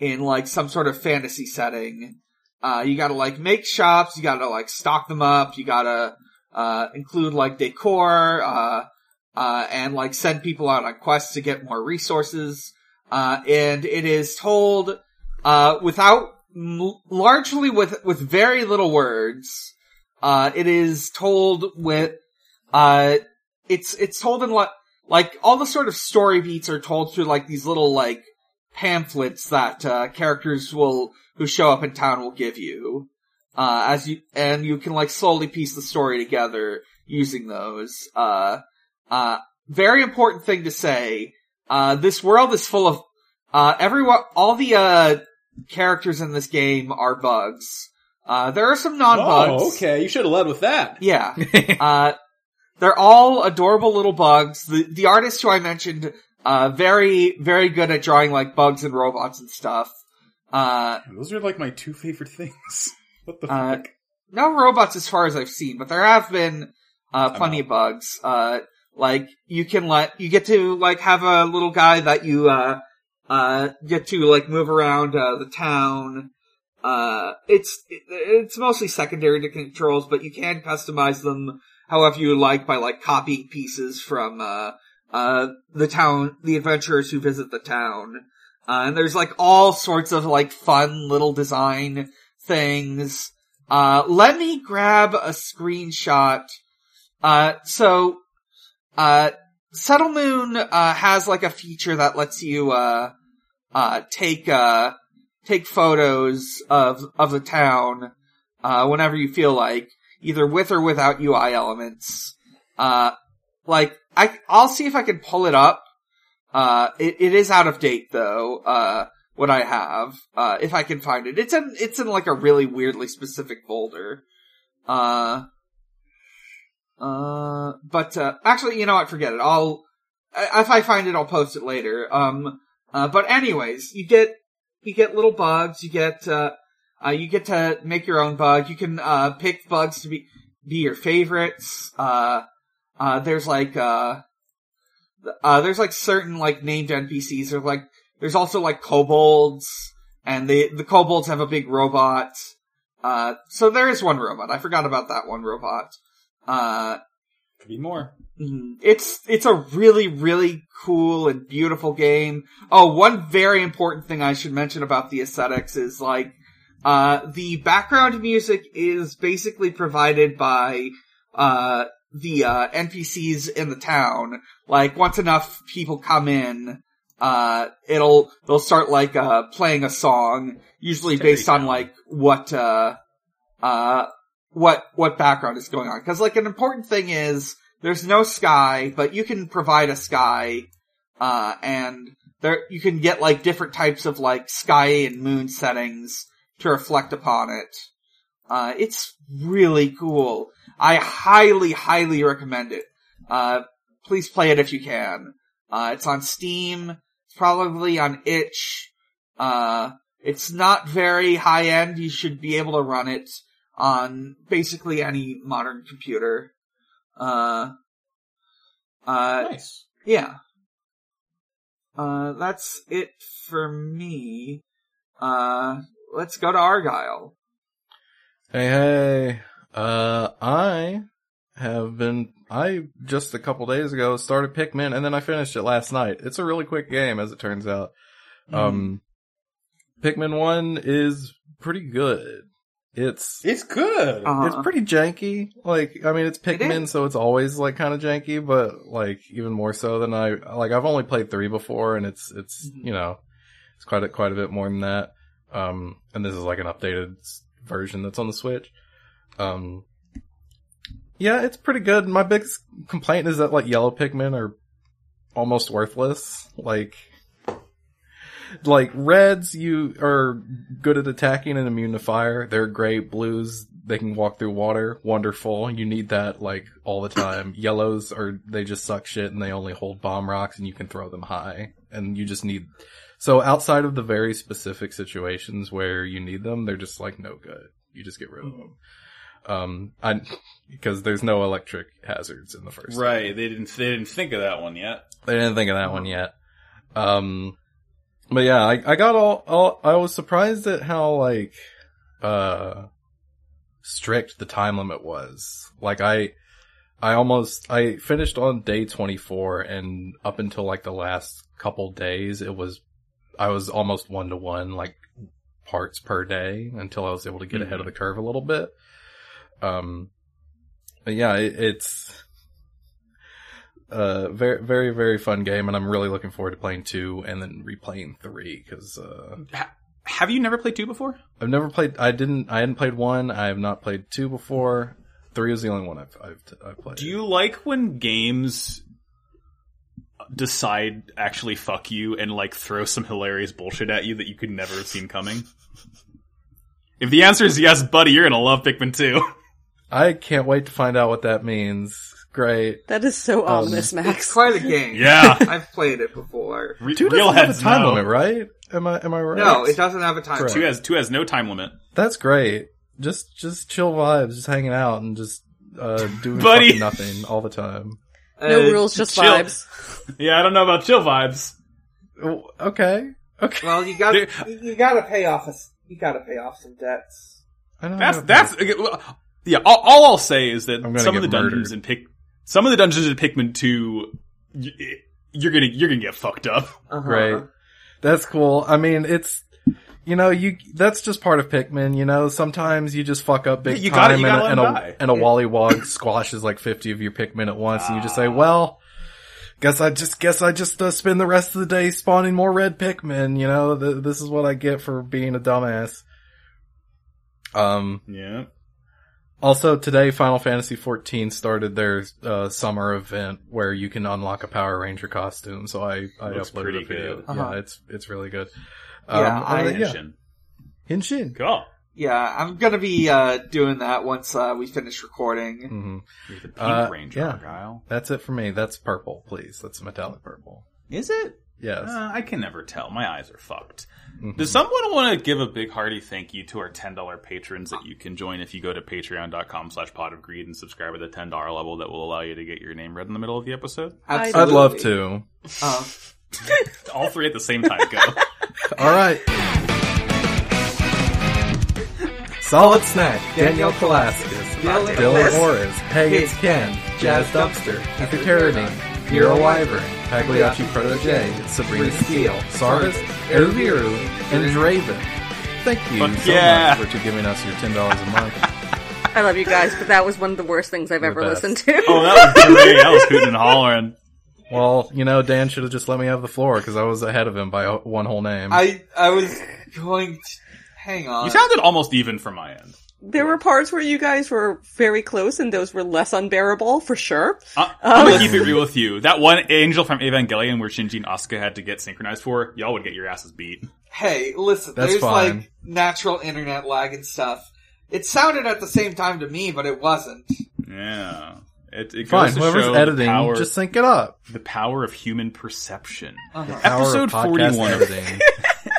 in like some sort of fantasy setting. Uh, you gotta like make shops, you gotta like stock them up, you gotta uh, include like decor, uh, uh, and like send people out on quests to get more resources. Uh, and it is told uh, without m- largely with with very little words. Uh, it is told with uh, it's it's told in like like all the sort of story beats are told through like these little like pamphlets that uh, characters will who show up in town will give you uh, as you and you can like slowly piece the story together using those. Uh, uh, very important thing to say: uh, this world is full of uh, everyone. All the uh, characters in this game are bugs. Uh, there are some non-bugs. Oh, okay. You should have led with that. Yeah. uh, they're all adorable little bugs. The, the artist who I mentioned, uh, very, very good at drawing like bugs and robots and stuff. Uh, Those are like my two favorite things. What the Uh, fuck? no robots as far as I've seen, but there have been, uh, plenty of bugs. Uh, like you can let, you get to like have a little guy that you, uh, uh, get to like move around, uh, the town. Uh, it's, it- it's mostly secondary to controls, but you can customize them however you like by like copying pieces from, uh, uh, the town, the adventurers who visit the town. Uh, and there's like all sorts of like fun little design things. Uh, let me grab a screenshot. Uh, so, uh, Settle Moon, uh, has like a feature that lets you, uh, uh, take, uh, take photos of, of the town, uh, whenever you feel like, either with or without UI elements. Uh, like, I, I'll see if I can pull it up. Uh, it, it is out of date though, uh, what I have, uh, if I can find it. It's in, it's in like a really weirdly specific folder. Uh, uh, but, uh, actually, you know what, forget it. I'll, I- if I find it, I'll post it later. Um, uh, but anyways, you get, you get little bugs, you get, uh, uh, you get to make your own bug. You can, uh, pick bugs to be, be your favorites. Uh, uh, there's like, uh, th- uh, there's like certain like named NPCs or like, there's also like kobolds, and the the kobolds have a big robot. Uh, so there is one robot. I forgot about that one robot. Uh, Could be more. mm, it's it's a really really cool and beautiful game. Oh, one very important thing I should mention about the aesthetics is like uh, the background music is basically provided by uh, the uh, NPCs in the town. Like once enough people come in, uh, it'll they'll start like uh, playing a song, usually Terry based on Town. like what uh, uh, what what background is going on. Because like an important thing is there's no sky, but you can provide a sky, uh, and there you can get like different types of like sky and moon settings to reflect upon it. Uh, it's really cool. I highly, highly recommend it. Uh, please play it if you can. Uh, it's on Steam. It's probably on itch. Uh, it's not very high end. You should be able to run it on basically any modern computer. Uh, uh, Nice. yeah. Uh, that's it for me. Uh, let's go to Argyle. Hey, hey. Uh, I have been, I just a couple days ago started Pikmin and then I finished it last night. It's a really quick game, as it turns out. Mm-hmm. Um, Pikmin 1 is pretty good. It's, It's good. Uh-huh. it's pretty janky. Like, I mean, it's It Pikmin, is. so it's always like kind of janky, but like even more so than I, like I've only played three before and it's, it's, Mhm. you know, it's quite a, quite a bit more than that. Um, and this is like an updated s- version that's on the Switch. Um, yeah, it's pretty good. My biggest complaint is that like yellow Pikmin are almost worthless. Like, like reds, you are good at attacking and immune to fire. They're great. Blues, they can walk through water. Wonderful. You need that like all the time. Yellows are, they just suck shit and they only hold bomb rocks and you can throw them high. And you just need, so outside of the very specific situations where you need them, they're just like no good. You just get rid of them. Um, I, because there's no electric hazards in the first one. Right. They didn't. They didn't think of that one yet. I didn't think of that one yet. Um, but yeah, I, I got all, all, I was surprised at how like, uh, strict the time limit was. Like I, I almost, I finished on day 24 and up until like the last couple days, it was, I was almost one to one, like parts per day until I was able to get ahead of the curve a little bit. Um, but yeah, it, it's, uh, very, very, very fun game, and I'm really looking forward to playing two and then replaying three because uh, Have you never played two before? I've never played. I didn't. I hadn't played one. I have not played two before. Three is the only one I've I've, I've played. Do you like when games decide actually fuck you and like throw some hilarious bullshit at you that you could never have seen coming? If the answer is yes, buddy, you're gonna love Pikmin 2. I can't wait to find out what that means. Great. That is so Um, ominous, It's Max. quite a game. yeah. I've played it before. Re- Two real doesn't have a heads time know. limit, right? Am I am I right? No, it doesn't have a time. Correct. Two limit. has two has no time limit. That's great. Just just chill vibes, just hanging out and just uh doing Buddy. fucking nothing all the time. No Uh, rules, just chill. vibes. Yeah, I don't know about chill vibes. Oh, Okay. Okay. Well, you got There- you got to pay off. A, s- you got to pay off some debts. I don't That's know. that's yeah. All, all I'll say is that I'm gonna some of the get dungeons murdered. in Pic, some of the dungeons in Pikmin two, y- you're gonna you're gonna get fucked up. Uh-huh. Right. That's cool. I mean, it's you know, you that's just part of Pikmin. You know, sometimes you just fuck up big Yeah, you gotta- time, you gotta let and, a, 'em and die. a and a Wally Wog squashes like fifty of your Pikmin at once, and you just Ah. say, "Well, guess I just guess I just uh, spend the rest of the day spawning more red Pikmin." You know, th- this is what I get for being a dumbass. Um. Yeah. Also, today Final Fantasy XIV started their uh, summer event where you can unlock a Power Ranger costume. So I, I Looks uploaded pretty a video. good. Uh-huh. Yeah, it's it's really good. Yeah, I- uh, yeah. Engine. Henshin. Cool. Yeah, I'm gonna be uh, doing that once uh, we finish recording. Mhm. You're the pink Uh, ranger, yeah. Argyle. That's it for me. That's purple, please. That's metallic purple. Is it? Yes. Uh, I can never tell. My eyes are fucked. Mhm. Does someone want to give a big hearty thank you to our ten dollar patrons that you can join if you go to patreon.com slash pot of greed and subscribe at the ten dollar level that will allow you to get your name read in the middle of the episode? I'd I'd love to. Um, All three at the same time go. All right. Solid Snack, Daniel Kalaskis, Dylan Dylan Kalaskis. Orris, Hey It's Ken, Jazz Dumpster, Ether Carradine, Nero Wyvern, Pagliacci Protege, Sabrina Steele, Sarvis, Elviru, and Draven. Thank you Fuck so yeah. much for giving us your $10 a month. I love you guys, but that was one of the worst things I've You're ever the best. listened to. Oh, that was great. That was hooting and hollering. Well, you know, Dan should have just let me have the floor because I was ahead of him by o- one whole name. I I was going. To, hang on. You sounded almost even from my end. There were parts where you guys were very close and those were less unbearable for sure. I, I'm gonna keep it real with you. That one angel from Evangelion where Shinji and Asuka had to get synchronized for, y'all would get your asses beat. hey, listen. That's there's fine. like natural internet lag and stuff. It sounded at the same time to me, but it wasn't. Yeah. It, it Fine, goes to whoever's show editing, the power, just sync it up. the power of human perception. Uh-huh. Power of Episode podcast 41. editing.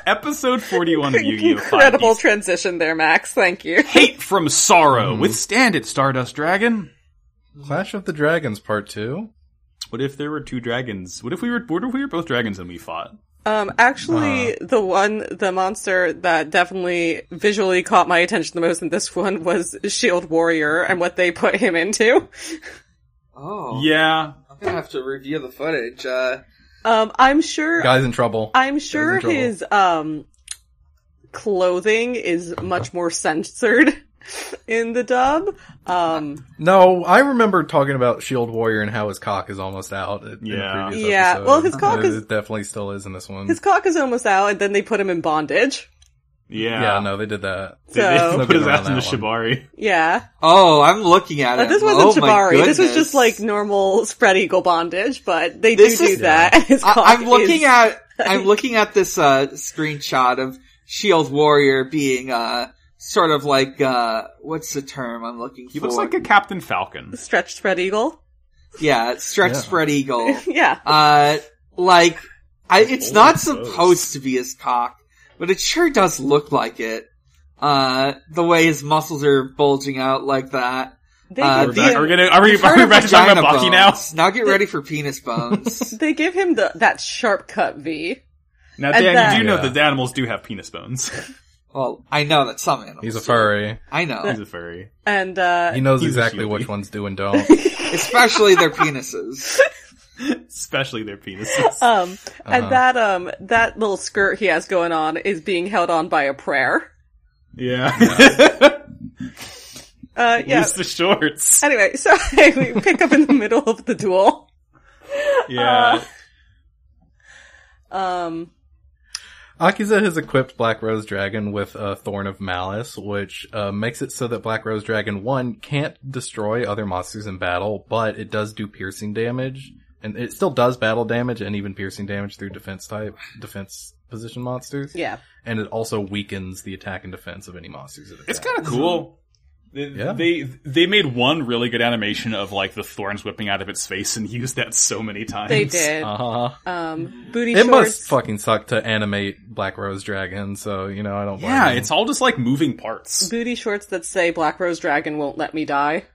Episode 41 of Yu-Gi-Oh! 5D. Incredible transition there, Max. Thank you. Hate from sorrow. Mm-hmm. Withstand it, Stardust Dragon. Clash of the Dragons Part 2. What if there were two dragons? What if we were what if we were both dragons and we fought? Um, actually, the one, the monster that definitely visually caught my attention the most in this one was Shield E Warrior and what they put him into. Oh, Yeah. I'm gonna have to review the footage. Uh, Um, I'm sure, Guys in trouble. I'm sure in trouble. his, um, clothing is much more censored in the dub. Um, No, I remember talking about Shield E Warrior and how his cock is almost out. in- in the Yeah. previous Yeah, episode. well, his cock It- is- it definitely still is in this one. his cock is almost out and then they put him in bondage. Yeah. yeah, no, they did that. They- they So- put his Looking ass in around the that Shibari. Yeah. oh, I'm looking at it. But Uh, this oh, wasn't my Shibari. This was goodness. just like normal spread eagle bondage, but they This do is- do that. and his cock I, I'm looking is- at I'm looking at this uh, screenshot of Shield E Warrior being uh, sort of like uh, what's the term I'm looking He for? looks like a Captain Falcon. stretched spread eagle. yeah, stretch Yeah. spread eagle. yeah. Uh, like I, it's Holy not smokes. supposed to be his cock, but it sure does look like it. Uh, the way his muscles are bulging out like that. They, Uh, We're give, back, the- are we gonna are we, are Part we of back to talking about Baki vagina now? bones. Now get ready for penis bones. they give him the that sharp cut V. Now, And Dan, that- you do know Yeah. that animals do have penis bones. well, I know that some animals. He's a do. furry. I know. He's a furry. And uh He knows He's a exactly shieldie. which ones do and don't. especially their penises. Especially their penises. um Uh-huh. and that um that little skirt he has going on is being held on by a prayer. yeah. Uh yeah. Use the shorts. Anyway, so we pick up in the middle of the duel. Yeah. Um Akiza has equipped Black Rose Dragon with a Thorn of Malice, which uh, makes it so that Black Rose Dragon 1 can't destroy other monsters in battle, but it does do piercing damage. And it still does battle damage and even piercing damage through defense type, defense position monsters. Yeah. And it also weakens the attack and defense of any monsters. It It's attacks. kind of cool. They, Yeah. they they made one really good animation of like the thorns whipping out of its face and used that so many times. They did. Uh-huh. Um, booty It shorts. must fucking suck to animate Black Rose Dragon, so you know I don't. blame Yeah, them. it's all just like moving parts. booty shorts that say Black Rose Dragon won't let me die.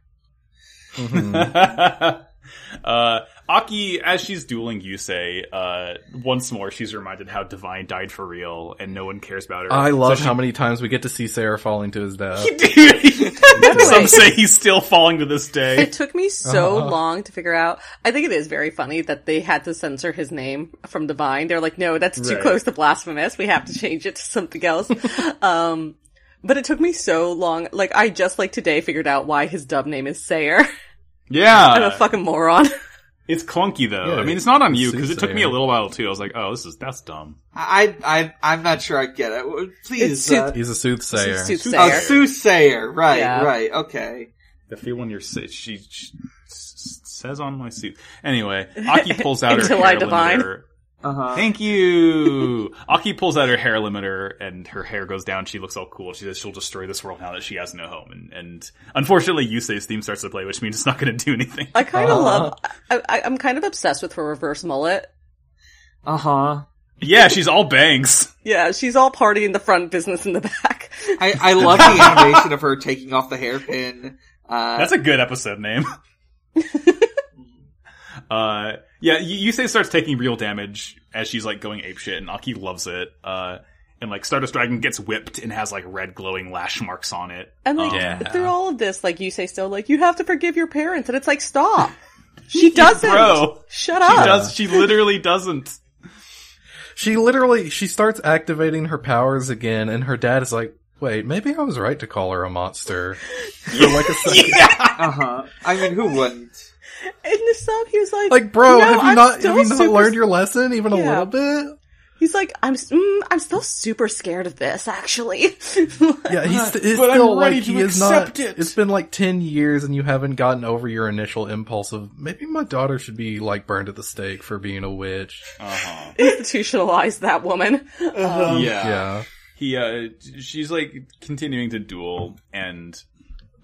Mhm. uh, Aki, as she's dueling Yusei, uh, once more she's reminded how Divine died for real and no one cares about her. I So love she- how many times we get to see Sarah falling to his death. Dude, some Anyway. say he's still falling to this day. It took me so Uh-huh. long to figure out. I think it is very funny that they had to censor his name from Divine. They're like, no, that's too Right. close to blasphemous. We have to change it to something else. um, but it took me so long. Like, I just like today figured out why his dub name is Sayer. I'm a Uh, Yeah, fucking moron. it's clunky though. Yeah, I mean, it's not on you it's because it took me Yusei. a little while too. I was like, oh, this is that's dumb. I, I, I'm not sure I get it. Please, It's too- uh, He's a soothsayer. Oh, Soothsayer. soothsayer. Right, Yeah. right. Okay. The feeling you're sa- she, she s- says on my suit. Anyway, Aki pulls out her Until hair I divine. limiter. Uh huh. Thank you. Aki pulls out her hair limiter, and her hair goes down. She looks all cool. She says she'll destroy this world now that she has no home. And, and unfortunately, Yusei's theme starts to play, which means it's not going to do anything. I kind of Uh-huh. love. I, I, I'm kind of obsessed with her reverse mullet. Uh huh. yeah, she's all bangs. Yeah, she's all party in the front, business in the back. I, I love the animation of her taking off the hairpin. Uh, That's a good episode name. uh, yeah, you Yusei starts taking real damage as she's like going apeshit, and Aki loves it. Uh, and like Stardust Dragon gets whipped and has like red glowing lash marks on it. And like Um, through all of this, like you say, still like you have to forgive your parents, and it's like stop. She doesn't. Bro, Shut she up. does. She literally doesn't. She literally she starts activating her powers again, and her dad is like, "Wait, maybe I was right to call her a monster." For like a second, uh huh. I mean, who wouldn't? In the sub, he was like, like, bro, "No, have you I'm not have still you not super- learned your lesson even a Yeah. little bit? He's like, I'm, s- mm, I'm still super scared of this. Actually, Yeah, he's, st- it's But I'm still ready like to he is not. accept it. has been like ten years, and you haven't gotten over your initial impulse of maybe my daughter should be like burned at the stake for being a witch. Uh-huh. institutionalized that woman. Um, Ah. yeah. he uh she's like continuing to duel and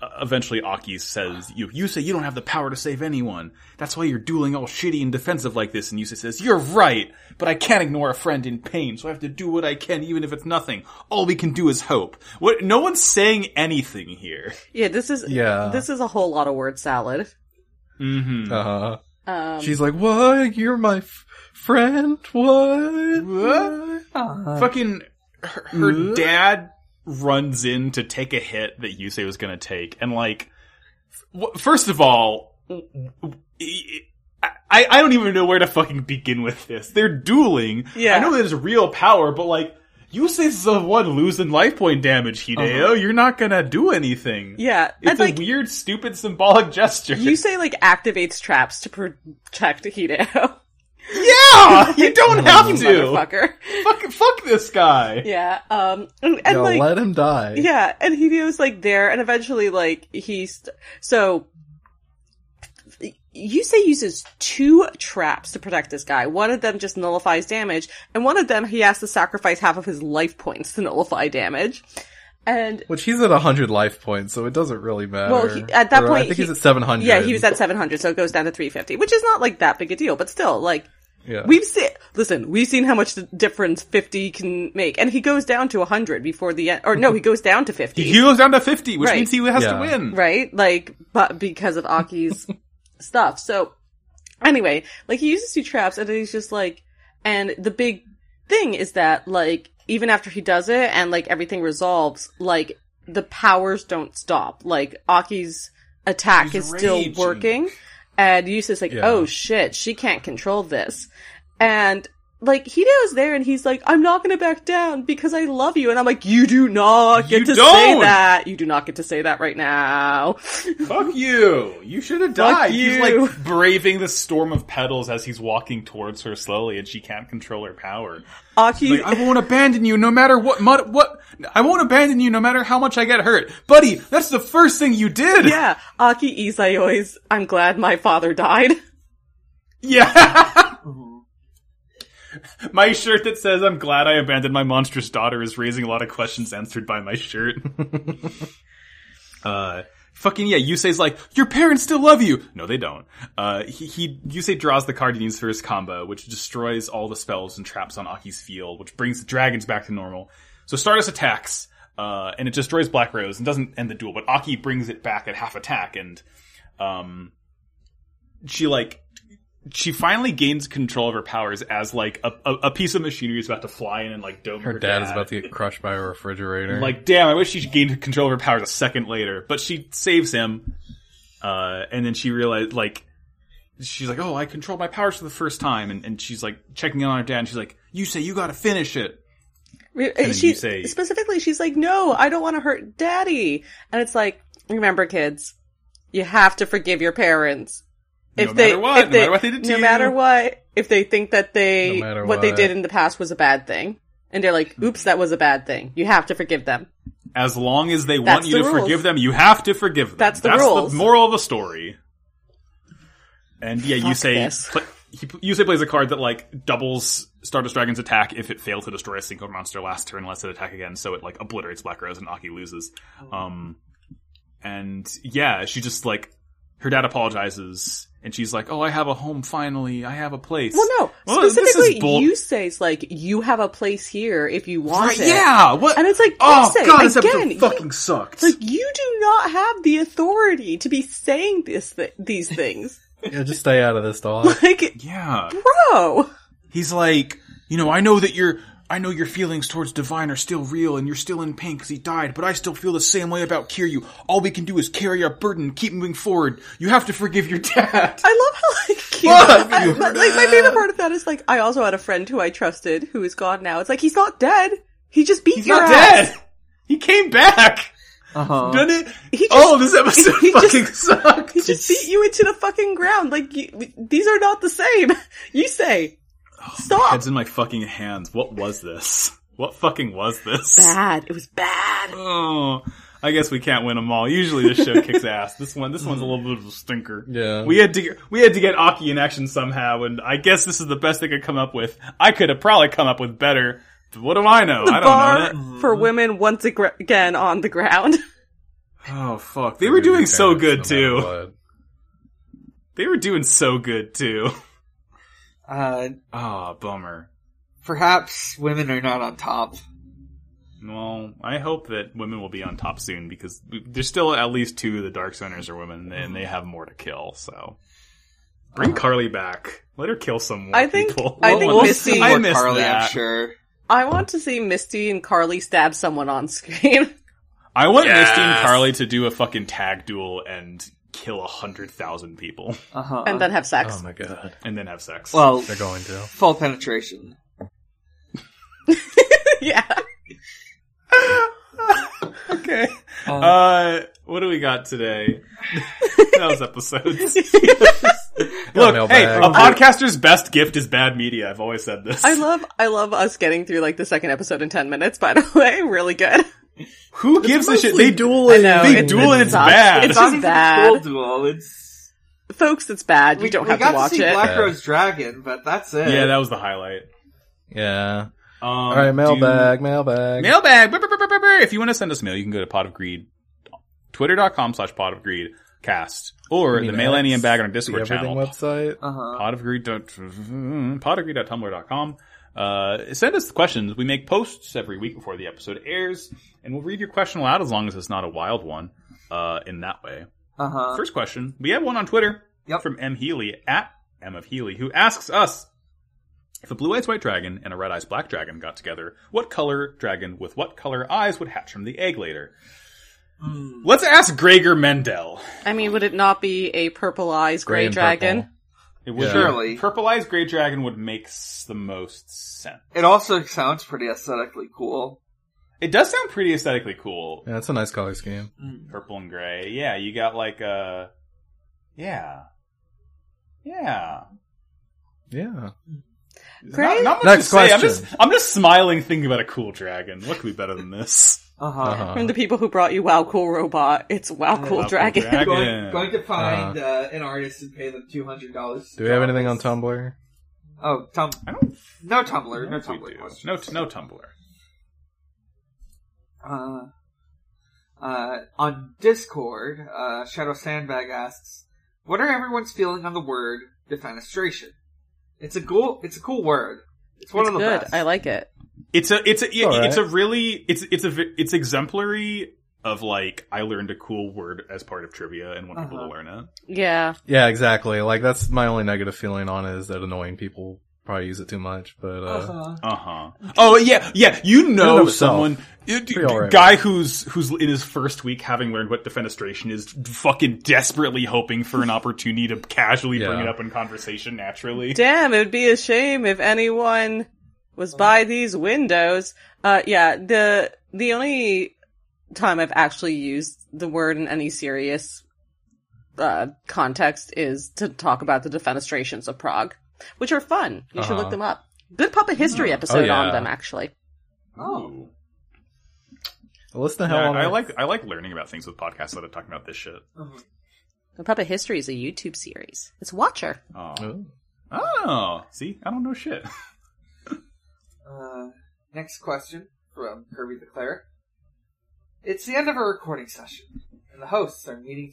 uh, eventually aki says you you say you don't have the power to save anyone that's why you're dueling all shitty and defensive like this and yusei says you're right but i can't ignore a friend in pain so i have to do what i can even if it's nothing all we can do is hope what no one's saying anything here yeah. This is Yeah. This is a whole lot of word salad. mm-hmm Uh huh. Um, She's like, "What? You're my f- friend? What? What? Uh-huh. fucking her, Hmm? her dad runs in to take a hit that Yusei was gonna take, and like, w- first of all, e, I I don't even know where to fucking begin with this. They're dueling. Yeah. I know there's real power, but like, Yusei's the one losing life point damage. Hideo, you're not gonna do anything. Uh-huh. yeah, It's and a like weird, stupid, symbolic gesture. you say, like activates traps to protect Hideo. yeah, you don't have to. Oh, Motherfucker. Fuck, fuck this guy. Yeah. Um. And, and, Yeah, like, let him die." Yeah, and Hideo's like there, and eventually, like he's so. You say uses two traps to protect this guy. One of them just nullifies damage, and one of them he has to sacrifice half of his life points to nullify damage. And Which he's at 100 life points, so it doesn't really matter. Well, he- at that Or I point, think he- he's at 700. yeah, he was at 700, so it goes down to 350, which is not like that big a deal, but still, like, Yeah. we've seen, listen, we've seen how much the difference 50 can make, and he goes down to 100 before the end, or no, he goes down to 50. He goes down to fifty, which Right. means he has to Yeah. win. right? Like, but because of Aki's stuff. So anyway, like he uses two traps and then he's just like, and the big thing is that like, even after he does it and like everything resolves, like the powers don't stop. Like Aki's attack He's is still raging. working and Yusa's like, Yeah. oh shit, she can't control this. And like Hideo's there and he's like, I'm not gonna back down because I love you. And I'm like, you do not get You to say don't! that. You do not get to say that right now. Fuck you! You should have Fuck died. He's you. like braving the storm of petals as he's walking towards her slowly, and she can't control her power. Aki, Like, I won't abandon you, no matter what. mu- What? I won't abandon you, no matter how much I get hurt, buddy. That's the first thing you did. yeah, Aki Izayoi's I'm glad my father died. Yeah. My shirt that says "I'm glad I abandoned my monstrous daughter" is raising a lot of questions answered by my shirt. uh, fucking yeah, Yusei's like, "Your parents still love you." No, they don't. Uh, he, he Yusei draws the card he needs for his combo, which destroys all the spells and traps on Aki's field, which brings the dragons back to normal. So Stardust attacks, uh, and it destroys Black Rose and doesn't end the duel, but Aki brings it back at half attack, and um, she like she finally gains control of her powers as like a, a, a piece of machinery is about to fly in and like dome her, Her dad is about to get crushed by a refrigerator. like damn i wish she gained control of her powers a second later but she saves him uh and then she realized like she's like oh i control my powers for the first time and, and she's like checking in on her dad and she's like you say you gotta finish it then she you say- specifically she's like no i don't want to hurt daddy and it's like remember kids you have to forgive your parents No matter what, no matter what they did to no you. matter what if they think that they No matter what, they what. did in the past was a bad thing and they're like oops that was a bad thing you have to forgive them as long as they want That's you to the rules. forgive them you have to forgive them That's the that's rules. the moral of the story and yeah you Fuck say this. pl- he, Yusei plays a card that like doubles Stardust Dragon's attack if it failed to destroy a single monster last turn, lets it attack again, so it like obliterates Black Rose and Aki loses. Um, and yeah, she just like her dad apologizes and she's like, "Oh, I have a home finally. I have a place." well no Well, this is specifically bull- you say's like you have a place here if you Right, want it yeah, what? and it's like oh Yusei, god, this again, episode you- fucking sucked. like you do not have the authority to be saying this th- these things yeah, just stay out of this, dog. like yeah. bro He's like, you know, I know that your I know your feelings towards Divine are still real and you're still in pain because he died, but I still feel the same way about Kiryu. All we can do is carry our burden and keep moving forward. You have to forgive your dad. I love how like cute. Fuck I- you. but, like my favorite part of that is like I also had a friend who I trusted who is gone now. It's like he's not dead. He just beat He's your not ass. dead. He came back. Uh-huh. Didn't it? He just- oh, this episode he just- fucking sucked. He just beat you into the fucking ground. Like you, these are not the same. You say stop. Heads in Oh, my fucking hands. What was this? What fucking was this? Bad. It was bad. Oh, I guess we can't win them all. Usually this show kicks ass. This one, this one's a little bit of a stinker. Yeah. we had to we had to get Aki in action somehow, and I guess this is the best they could come up with. I could have probably come up with better. But what do I know? I Bar don't know. for women once agra- again on the ground. Oh fuck, they were doing so good too. They were doing so good too. Uh, Ah, bummer. perhaps women are not on top. Well, I hope that women will be on top soon because we- there's still at least two of the Dark Centers are women, and they have more to kill. So bring Carly back. Let her kill some more I think- people. I think we'll Misty- see I more miss Carly, that. I'm sure. I want to see Misty and Carly stab someone on screen. I want Yes. Misty and Carly to do a fucking tag duel and kill a hundred thousand people Uh-huh. And then have sex. Oh my god. and then have sex. well, They're going to. full penetration. yeah. okay. Uh, Uh, what do we got today? that was episodes. Look, hey, mailbag. a podcaster's best gift is bad media. I've always said this. I love I love us getting through like the second episode in ten minutes. By the way, really good. Who gives a shit? They duel. I know, They it- duel and it's sucks. bad. It's just bad, duel. It's folks. It's bad. You don't have got to watch see it. Black Yeah. Rose Dragon, but that's it. Yeah, that was the highlight. Yeah. Um, All right, mailbag, Do... mailbag. Mailbag. Brr, brr, brr, brr, brr. If you want to send us mail, you can go to pot of greed, twitter.com slash pot of greed cast or the Mean Mailanium X, bag on our the Discord everything channel. website. uh-huh. podofgreed.tumblr.com. Uh, send us questions. We make posts every week before the episode airs, and we'll read your question aloud as long as it's not a wild one. Uh, in that way. Uh-huh. First question. We have one on Twitter Yep. from M Healy at M of Healy, who asks us if a blue-eyed white dragon and a red-eyed black dragon got together, what color dragon with what color eyes would hatch from the egg later? Mm. Let's ask Gregor Mendel. I mean, would it not be a purple eyes Gray gray, and dragon? purple. It would Yeah. Surely. purple-eyed gray dragon would make s- the most sense. It also sounds pretty aesthetically cool. It does sound pretty aesthetically cool. Yeah, that's a nice color scheme. Purple and gray. Yeah, you got like uh Yeah. Yeah. Yeah. Gray? Not, not much Next to say. I'm question. just, I'm just smiling thinking about a cool dragon. What could be better than this? Uh-huh. Uh-huh. Uh, From the people who brought you Wow Cool Robot, it's Wow Yeah, Cool Wow Cool Dragon. Dragon. Uh-huh. Going, going to find uh, an artist and pay them two hundred dollars. Do we have anything on Tumblr? Oh, tum- I don't no Tumblr, know no if we Tumblr do. questions. No, t- no Tumblr. Uh, uh, on Discord, uh, Shadow Sandbag asks, "What are everyone's feeling on the word defenestration? It's a cool, it's a cool word. It's one it's of the good. best. I like it. It's a it's a yeah, All it's a really it's it's a vi- it's exemplary of like I learned a cool word as part of trivia and want people Uh-huh. to learn it. Yeah. Yeah, exactly. Like that's my only negative feeling on it is that annoying people probably use it too much. But uh, Uh-huh. Uh huh. Oh yeah, yeah. You know of self. someone, you- Pretty all right. guy who's who's in his first week having learned what defenestration is, fucking desperately hoping for an opportunity to casually bring Yeah. it up in conversation naturally. Damn, it'd be a shame if anyone was by these windows. Uh, yeah, the, the only time I've actually used the word in any serious, uh, context is to talk about the defenestrations of Prague, which are fun. You should Uh-huh. look them up. Good puppet Oh, history episode on yeah. them, actually. Oh, Ooh. listen to how Yeah, long I like I like learning about things with podcasts that are talking about this shit. Mhm. The puppet history is a YouTube series. It's Watcher. Oh, Ooh. oh see, I don't know shit. Uh, next question from Kirby the Cleric. It's the end of a recording session, and the hosts are meeting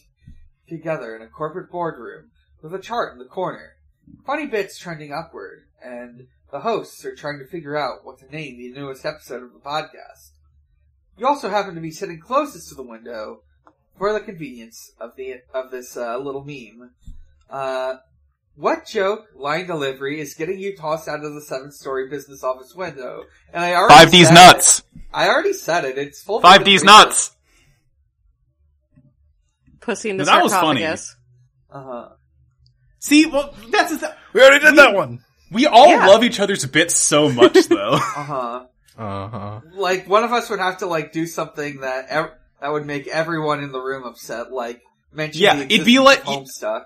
together in a corporate boardroom with a chart in the corner. Funny bits trending upward, and the hosts are trying to figure out what to name the newest episode of the podcast. You also happen to be sitting closest to the window for the convenience of the of this uh, little meme. Uh, what joke, line delivery, is getting you tossed out of the seven story business office window? And I already Five D's said nuts. it. I already said it. It's full. Five D's nuts. Pussy in the That was funny. sarcophagus. Uh huh. See, well, that's the th- we already did that one. we all Yeah. love each other's bits so much though. Uh huh. Uh huh. Like one of us would have to like do something that ev- that would make everyone in the room upset. Like mention. Yeah, the it'd be like- existence of Homestuck.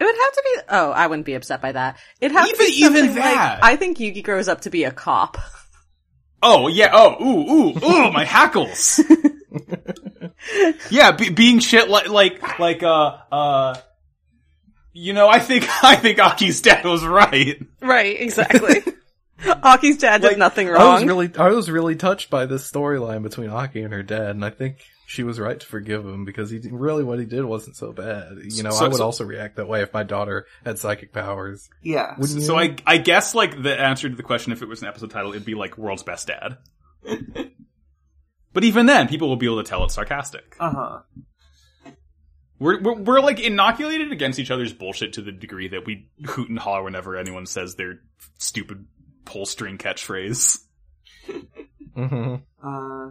It would have to be. Oh, I wouldn't be upset by that. It have to Even- be something even that. Like, I think Yugi grows up to be a cop. Oh yeah. Oh ooh ooh ooh my hackles. yeah, be- being shit like like like uh uh. You know, I think I think Aki's dad was right. Right. Exactly. Aki's dad did Like, nothing I wrong. was really, I was really touched by this storyline between Aki and her dad, and I think she was right to forgive him because he did- really what he did wasn't so bad. You know, So- I would so- also react that way if my daughter had psychic powers. Yeah. Wouldn't So you? I I guess like the answer to the question, if it was an episode title, it'd be like "World's Best Dad." but even then, people will be able to tell it's sarcastic. Uh huh. We're, we're we're like inoculated against each other's bullshit to the degree that we hoot and holler whenever anyone says their stupid pull string catchphrase. hmm Uh,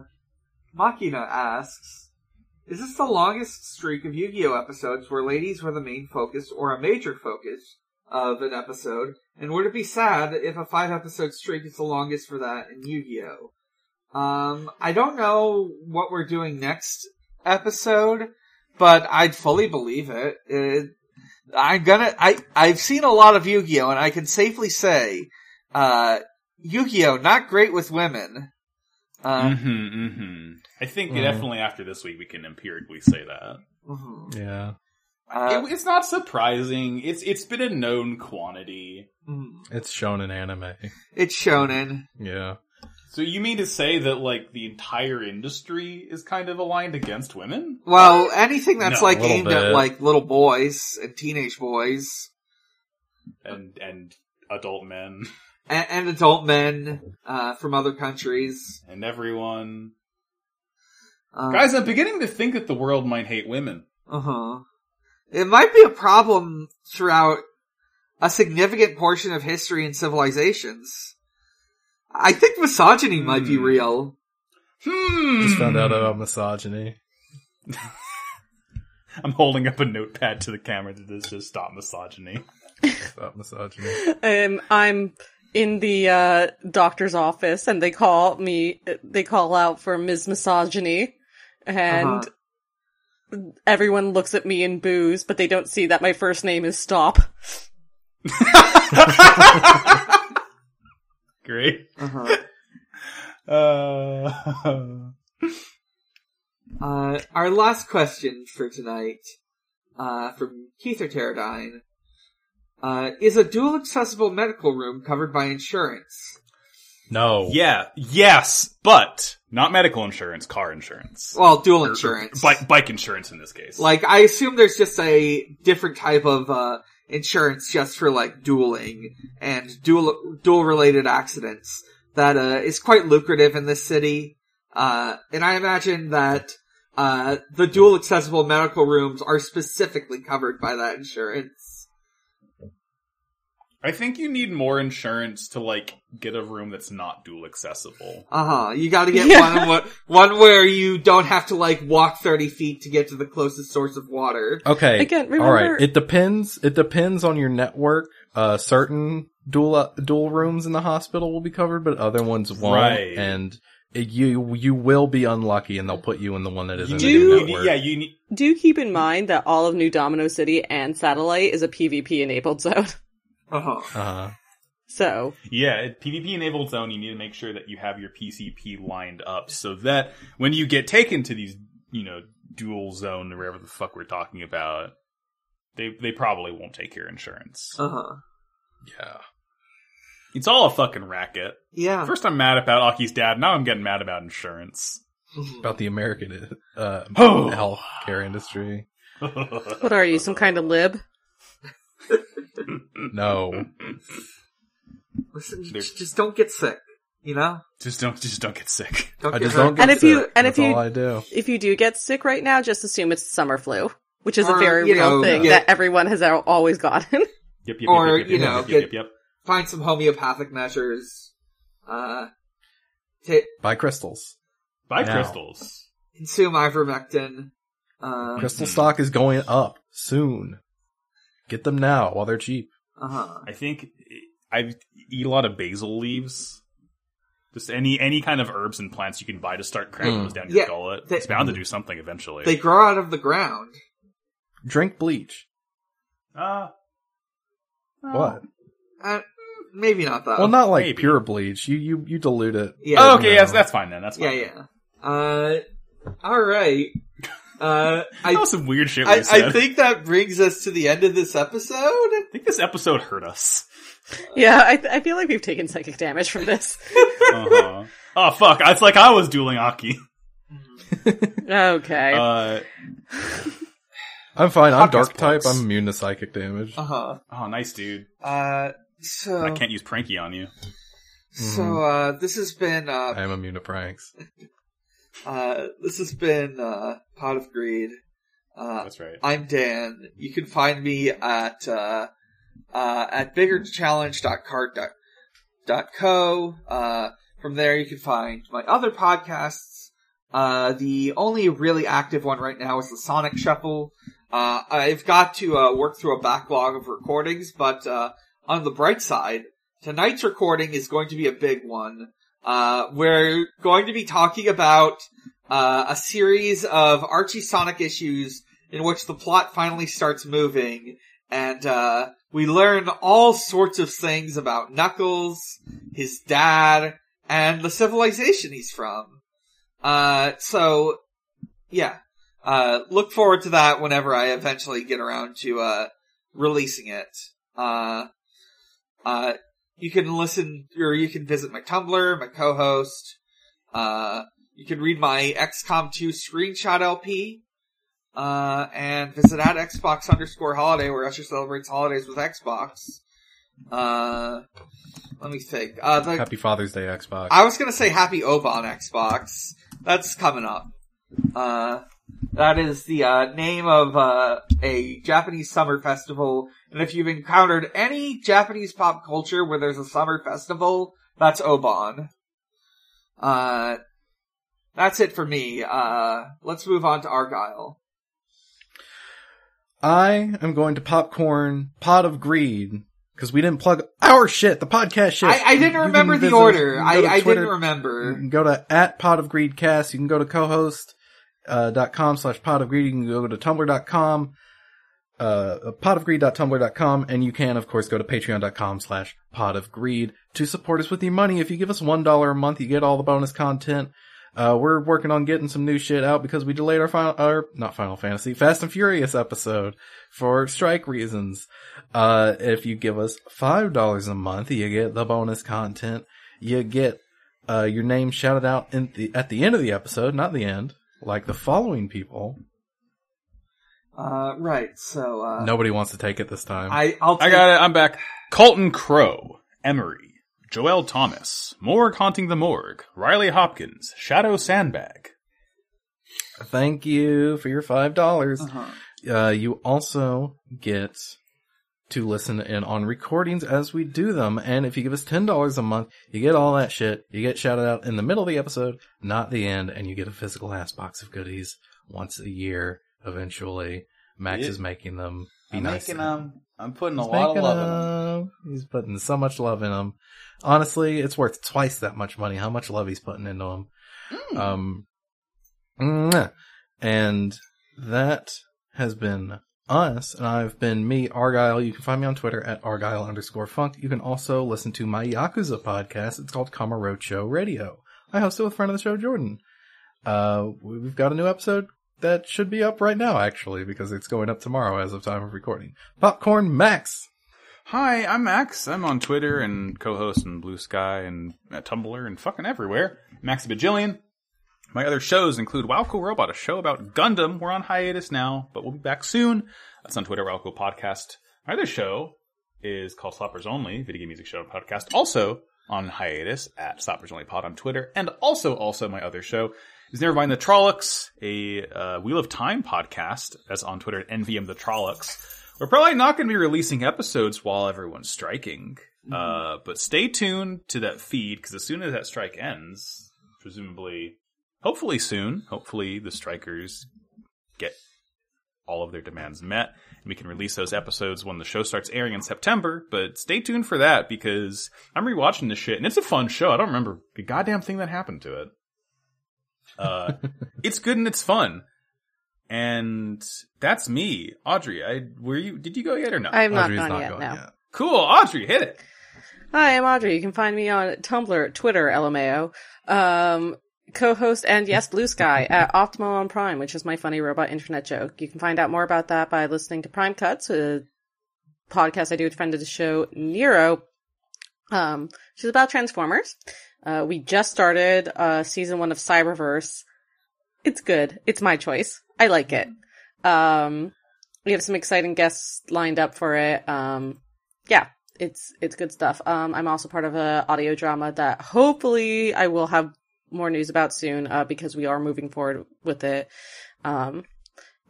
Machina asks, "Is this the longest streak of Yu-Gi-Oh episodes where ladies were the main focus or a major focus of an episode? And would it be sad if a five-episode streak is the longest for that in Yu-Gi-Oh?" Um, I don't know what we're doing next episode, but I'd fully believe it. it I'm gonna. I I've seen a lot of Yu-Gi-Oh, and I can safely say, uh, Yu-Gi-Oh not great with women. Uh, hmm hmm I think Mhm. definitely after this week we can empirically say that. Mhm. Yeah, Uh, It- it's not surprising. It's it's been a known quantity. mhm. it's shown in anime. it's shonen. Yeah, So you mean to say that like the entire industry is kind of aligned against women? Well, anything that's No, like a little aimed at bit. like little boys and teenage boys And and adult men and, and adult men uh, from other countries. and everyone. Uh, Guys, I'm beginning to think that the world might hate women. uh-huh. It might be a problem throughout a significant portion of history and civilizations. I think misogyny might be Hmm. real. Hmm. just found out uh, about misogyny. I'm holding up a notepad to the camera that says "Stop misogyny." About misogyny. um, I'm in the uh, doctor's office, and they call me. They call out for Ms. Misogyny, and. Uh-huh. Everyone looks at me and boos, but they don't see that my first name is Stop. Great. Uh-huh. Uh... Uh, our last question for tonight, uh, from Keith or Pterodine. uh, is a dual accessible medical room covered by insurance. No. Yeah, yes, but not medical insurance, car insurance. Well, dual insurance. Bike, bike insurance in this case. Like, I assume there's just a different type of, uh, insurance just for, like, dueling and dual, dual related accidents that, uh, is quite lucrative in this city. Uh, and I imagine that, uh, the dual accessible medical rooms are specifically covered by that insurance. I think you need more insurance to like get a room that's not dual accessible. Uh huh. You gotta get Yeah. one, wh- one where you don't have to, like, walk 30 feet to get to the closest source of water. Okay. Again, remember- All right. It depends. It depends on your network. Uh, certain dual uh, dual rooms in the hospital will be covered, but other ones won't. Right. And it, you you will be unlucky, and they'll put you in the one that You isn't need- in your you do- need, network. yeah, you need. Do keep in mind that all of New Domino City and Satellite is a PvP enabled zone. Uh huh. Uh-huh. So Yeah, PvP enabled zone. You need to make sure that you have your PCP lined up so that when you get taken to these, you know, dual zone or wherever the fuck we're talking about, they they probably won't take your insurance. Uh huh. Yeah. It's all a fucking racket. Yeah. First, I'm mad about Aki's dad. Now I'm getting mad about insurance. Mm-hmm. About the American uh, Oh. healthcare industry. what are you? Some kind of lib? No. Listen, you There- j- just don't get sick. You know, just don't just don't get sick. don't I get just hurt. don't get And if you- sick. and if That's you- all I do. If you do get sick right now, just assume it's summer flu, which is Or, a very you real know, thing yeah. that everyone has al- always gotten. Yep, yep, Or, yep, yep, you yep, know, yep, get- yep, yep. Find some homeopathic measures. Uh, to Buy crystals. Buy Now. crystals. consume ivermectin. Uh Crystal Mhm. stock is going up soon. Get them now while they're cheap. huh. I think I eat a lot of basil leaves. Just any any kind of herbs and plants you can buy to start cracking Mm. those down your Hmm. Yeah, gullet. they- it's bound to do something eventually. They grow out of the ground. Drink bleach. uh, uh, What? Uh, maybe not though. Well, not like maybe. pure bleach. You you you dilute it. Yeah. Oh, okay, No. yes, that's fine then. That's yeah. fine. Yeah. Uh. All right. Uh. That Oh, I. was some weird shit we I, said. I think that brings us to the end of this episode. I think this episode hurt us. yeah, I, I feel like we've taken psychic damage from this. Uh-huh. oh fuck! It's like I was dueling Aki. Okay. Uh, I'm fine. I'm Podcast dark type. blocks. I'm immune to psychic damage. Uh huh. oh, nice dude. Uh. So. I can't Mm-hmm. use pranky on you. So. Uh. This has been. Uh. I am immune to pranks. Uh, this has been uh, Pot of Greed. Uh, That's right. I'm Dan. You can find me at uh, uh, at biggerchallenge.card.co. Uh, from there, you can find my other podcasts. Uh, the only really active one right now is the Sonic Shuffle. Uh, I've got to uh, work through a backlog of recordings, but uh, on the bright side, tonight's recording is going to be a big one. Uh, we're going to be talking about uh, a series of Archie Sonic issues in which the plot finally starts moving, and uh, we learn all sorts of things about Knuckles, his dad, and the civilization he's from. Uh, so, yeah, uh, look forward to that whenever I eventually get around to uh, releasing it. Uh, uh, you can listen or you can visit my Tumblr, my co-host. Uh, you can read my XCOM 2 screenshot LP. Uh, and visit at Xbox underscore holiday where Usher celebrates holidays with Xbox. Uh, let me think. Uh, the, Happy Father's Day, Xbox. I was gonna say Happy Oba on Xbox. That's coming up. Uh, that is the uh, name of uh, a Japanese summer festival. And if you've encountered any Japanese pop culture where there's a summer festival, that's Obon. Uh, that's it for me. Uh, let's move on to Argyle. I am going to popcorn pot of greed because we didn't plug our shit, the podcast shit. I, I You didn't can remember the visit- you order. can I, go to I didn't Twitter. You remember. can go to at pot of greed cast. You can go to cohost uh, dot com slash pot of greed. You can go to tumblr.com, uh, potofgreed.tumblr.com, and you can of course go to patreon.com slash pot of greed to support us with your money. If you give us one dollar a month, you get all the bonus content. Uh, we're working on getting some new shit out because we delayed our final, our not Final Fantasy, Fast and Furious episode for strike reasons. Uh, if you give us five dollars a month, you get the bonus content. You get uh, your name shouted out in the, at the end of the episode, not the end, like the following people. Mm-hmm. Uh, right. So, uh, Nobody wants to take it this time. I, I'll I take, got it. I'm back. Colton Crow, Emery, Joel Thomas, Morgue Haunting the Morgue, Riley Hopkins, Shadow Sandbag. Thank you for your five dollars. Uh-huh. Uh, you also get to listen in on recordings as we do them. And if you give us $10 a month, you get all that shit. You get shouted out in the middle of the episode, not the end. And you get a physical ass box of goodies once a year, eventually. Max Yeah. is making them. Be I'm nice. making to them. them. I'm putting He's a lot of making love in them. them. He's putting so much love in them. Honestly, it's worth twice that much money. How much love he's putting into them. Hmm. Um, mwah. and that has been us, and I've been me, Argyle. You can find me on Twitter at Argyle underscore funk. You can also listen to my Yakuza podcast. It's called Kama Roadshow Radio. I host it with friend of the show, Jordan. Uh, we've got a new episode that should be up right now, actually, because it's going up tomorrow as of time of recording. Popcorn Max. Hi, I'm Max. I'm on Twitter and co-host and Blue Sky and uh, Tumblr and fucking everywhere. Max Bajillion. My other shows include Wowco Robot, a show about Gundam. We're on hiatus now, but we'll be back soon. That's on Twitter, Wowco Podcast. My other show is called Slappers Only, video game music show and podcast. Also on hiatus at Slappers Only Pod on Twitter, and also also my other show is Never Mind the Trollocs, a uh, Wheel of Time podcast that's on Twitter at NVM the Trollocs. We're probably not going to be releasing episodes while everyone's striking, uh, but stay tuned to that feed because as soon as that strike ends, presumably, hopefully soon, hopefully the strikers get all of their demands met, and we can release those episodes when the show starts airing in September. But stay tuned for that because I'm rewatching this shit, and it's a fun show. I don't remember the goddamn thing that happened to it. Uh, it's good and it's fun, and that's me, Audrey. I were you? Did you go yet or no? I have not Audrey's gone yet, no. cool, Audrey, hit it. Hi, I'm Audrey. You can find me on Tumblr, Twitter, LMAO. Um, co-host and yes, Blue Sky at Optimal on Prime, which is my funny robot internet joke. You can find out more about that by listening to Prime Cuts, a podcast I do with friend of the show, Nero. Um, she's about Transformers. Uh, we just started, uh, season one of Cyberverse. It's good. It's my choice. I like it. Um, we have some exciting guests lined up for it. Um, yeah, it's it's good stuff. Um, I'm also part of a audio drama that hopefully I will have more news about soon uh, because we are moving forward with it. Um,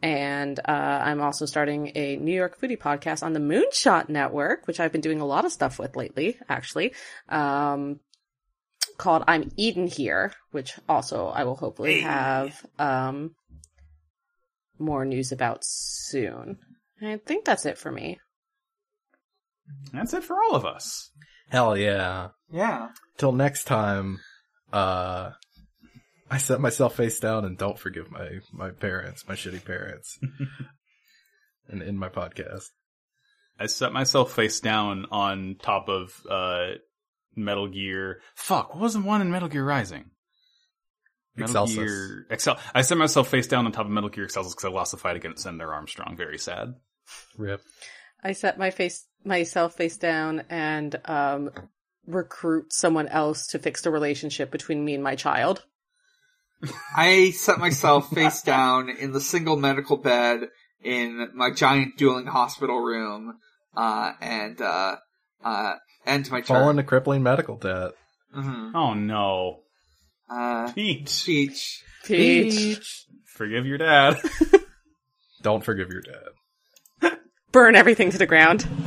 and uh, I'm also starting a New York foodie podcast on the Moonshot Network, which I've been doing a lot of stuff with lately, actually. Um, called I'm Eden Here, which also I will hopefully have um, more news about soon. I think that's it for me. That's it for all of us. Hell yeah. yeah. Till next time, uh, I set myself face down and don't forgive my, my parents, my shitty parents. and end my podcast. I set myself face down on top of uh Metal Gear. Fuck, what was the one in Metal Gear Rising? Excelsis. Gear Excel. I set myself face down on top of Metal Gear Excelsis because I lost the fight against Senator Armstrong. Very sad. Rip. I set my face myself face down and um recruit someone else to fix the relationship between me and my child. I set myself face down in the single medical bed in my giant dueling hospital room, uh, and, uh, uh, end my Fall turn. into crippling medical debt. Mhm. Oh no, Uh, Peach, Peach. Peach. forgive your dad. Don't forgive your dad. Burn everything to the ground.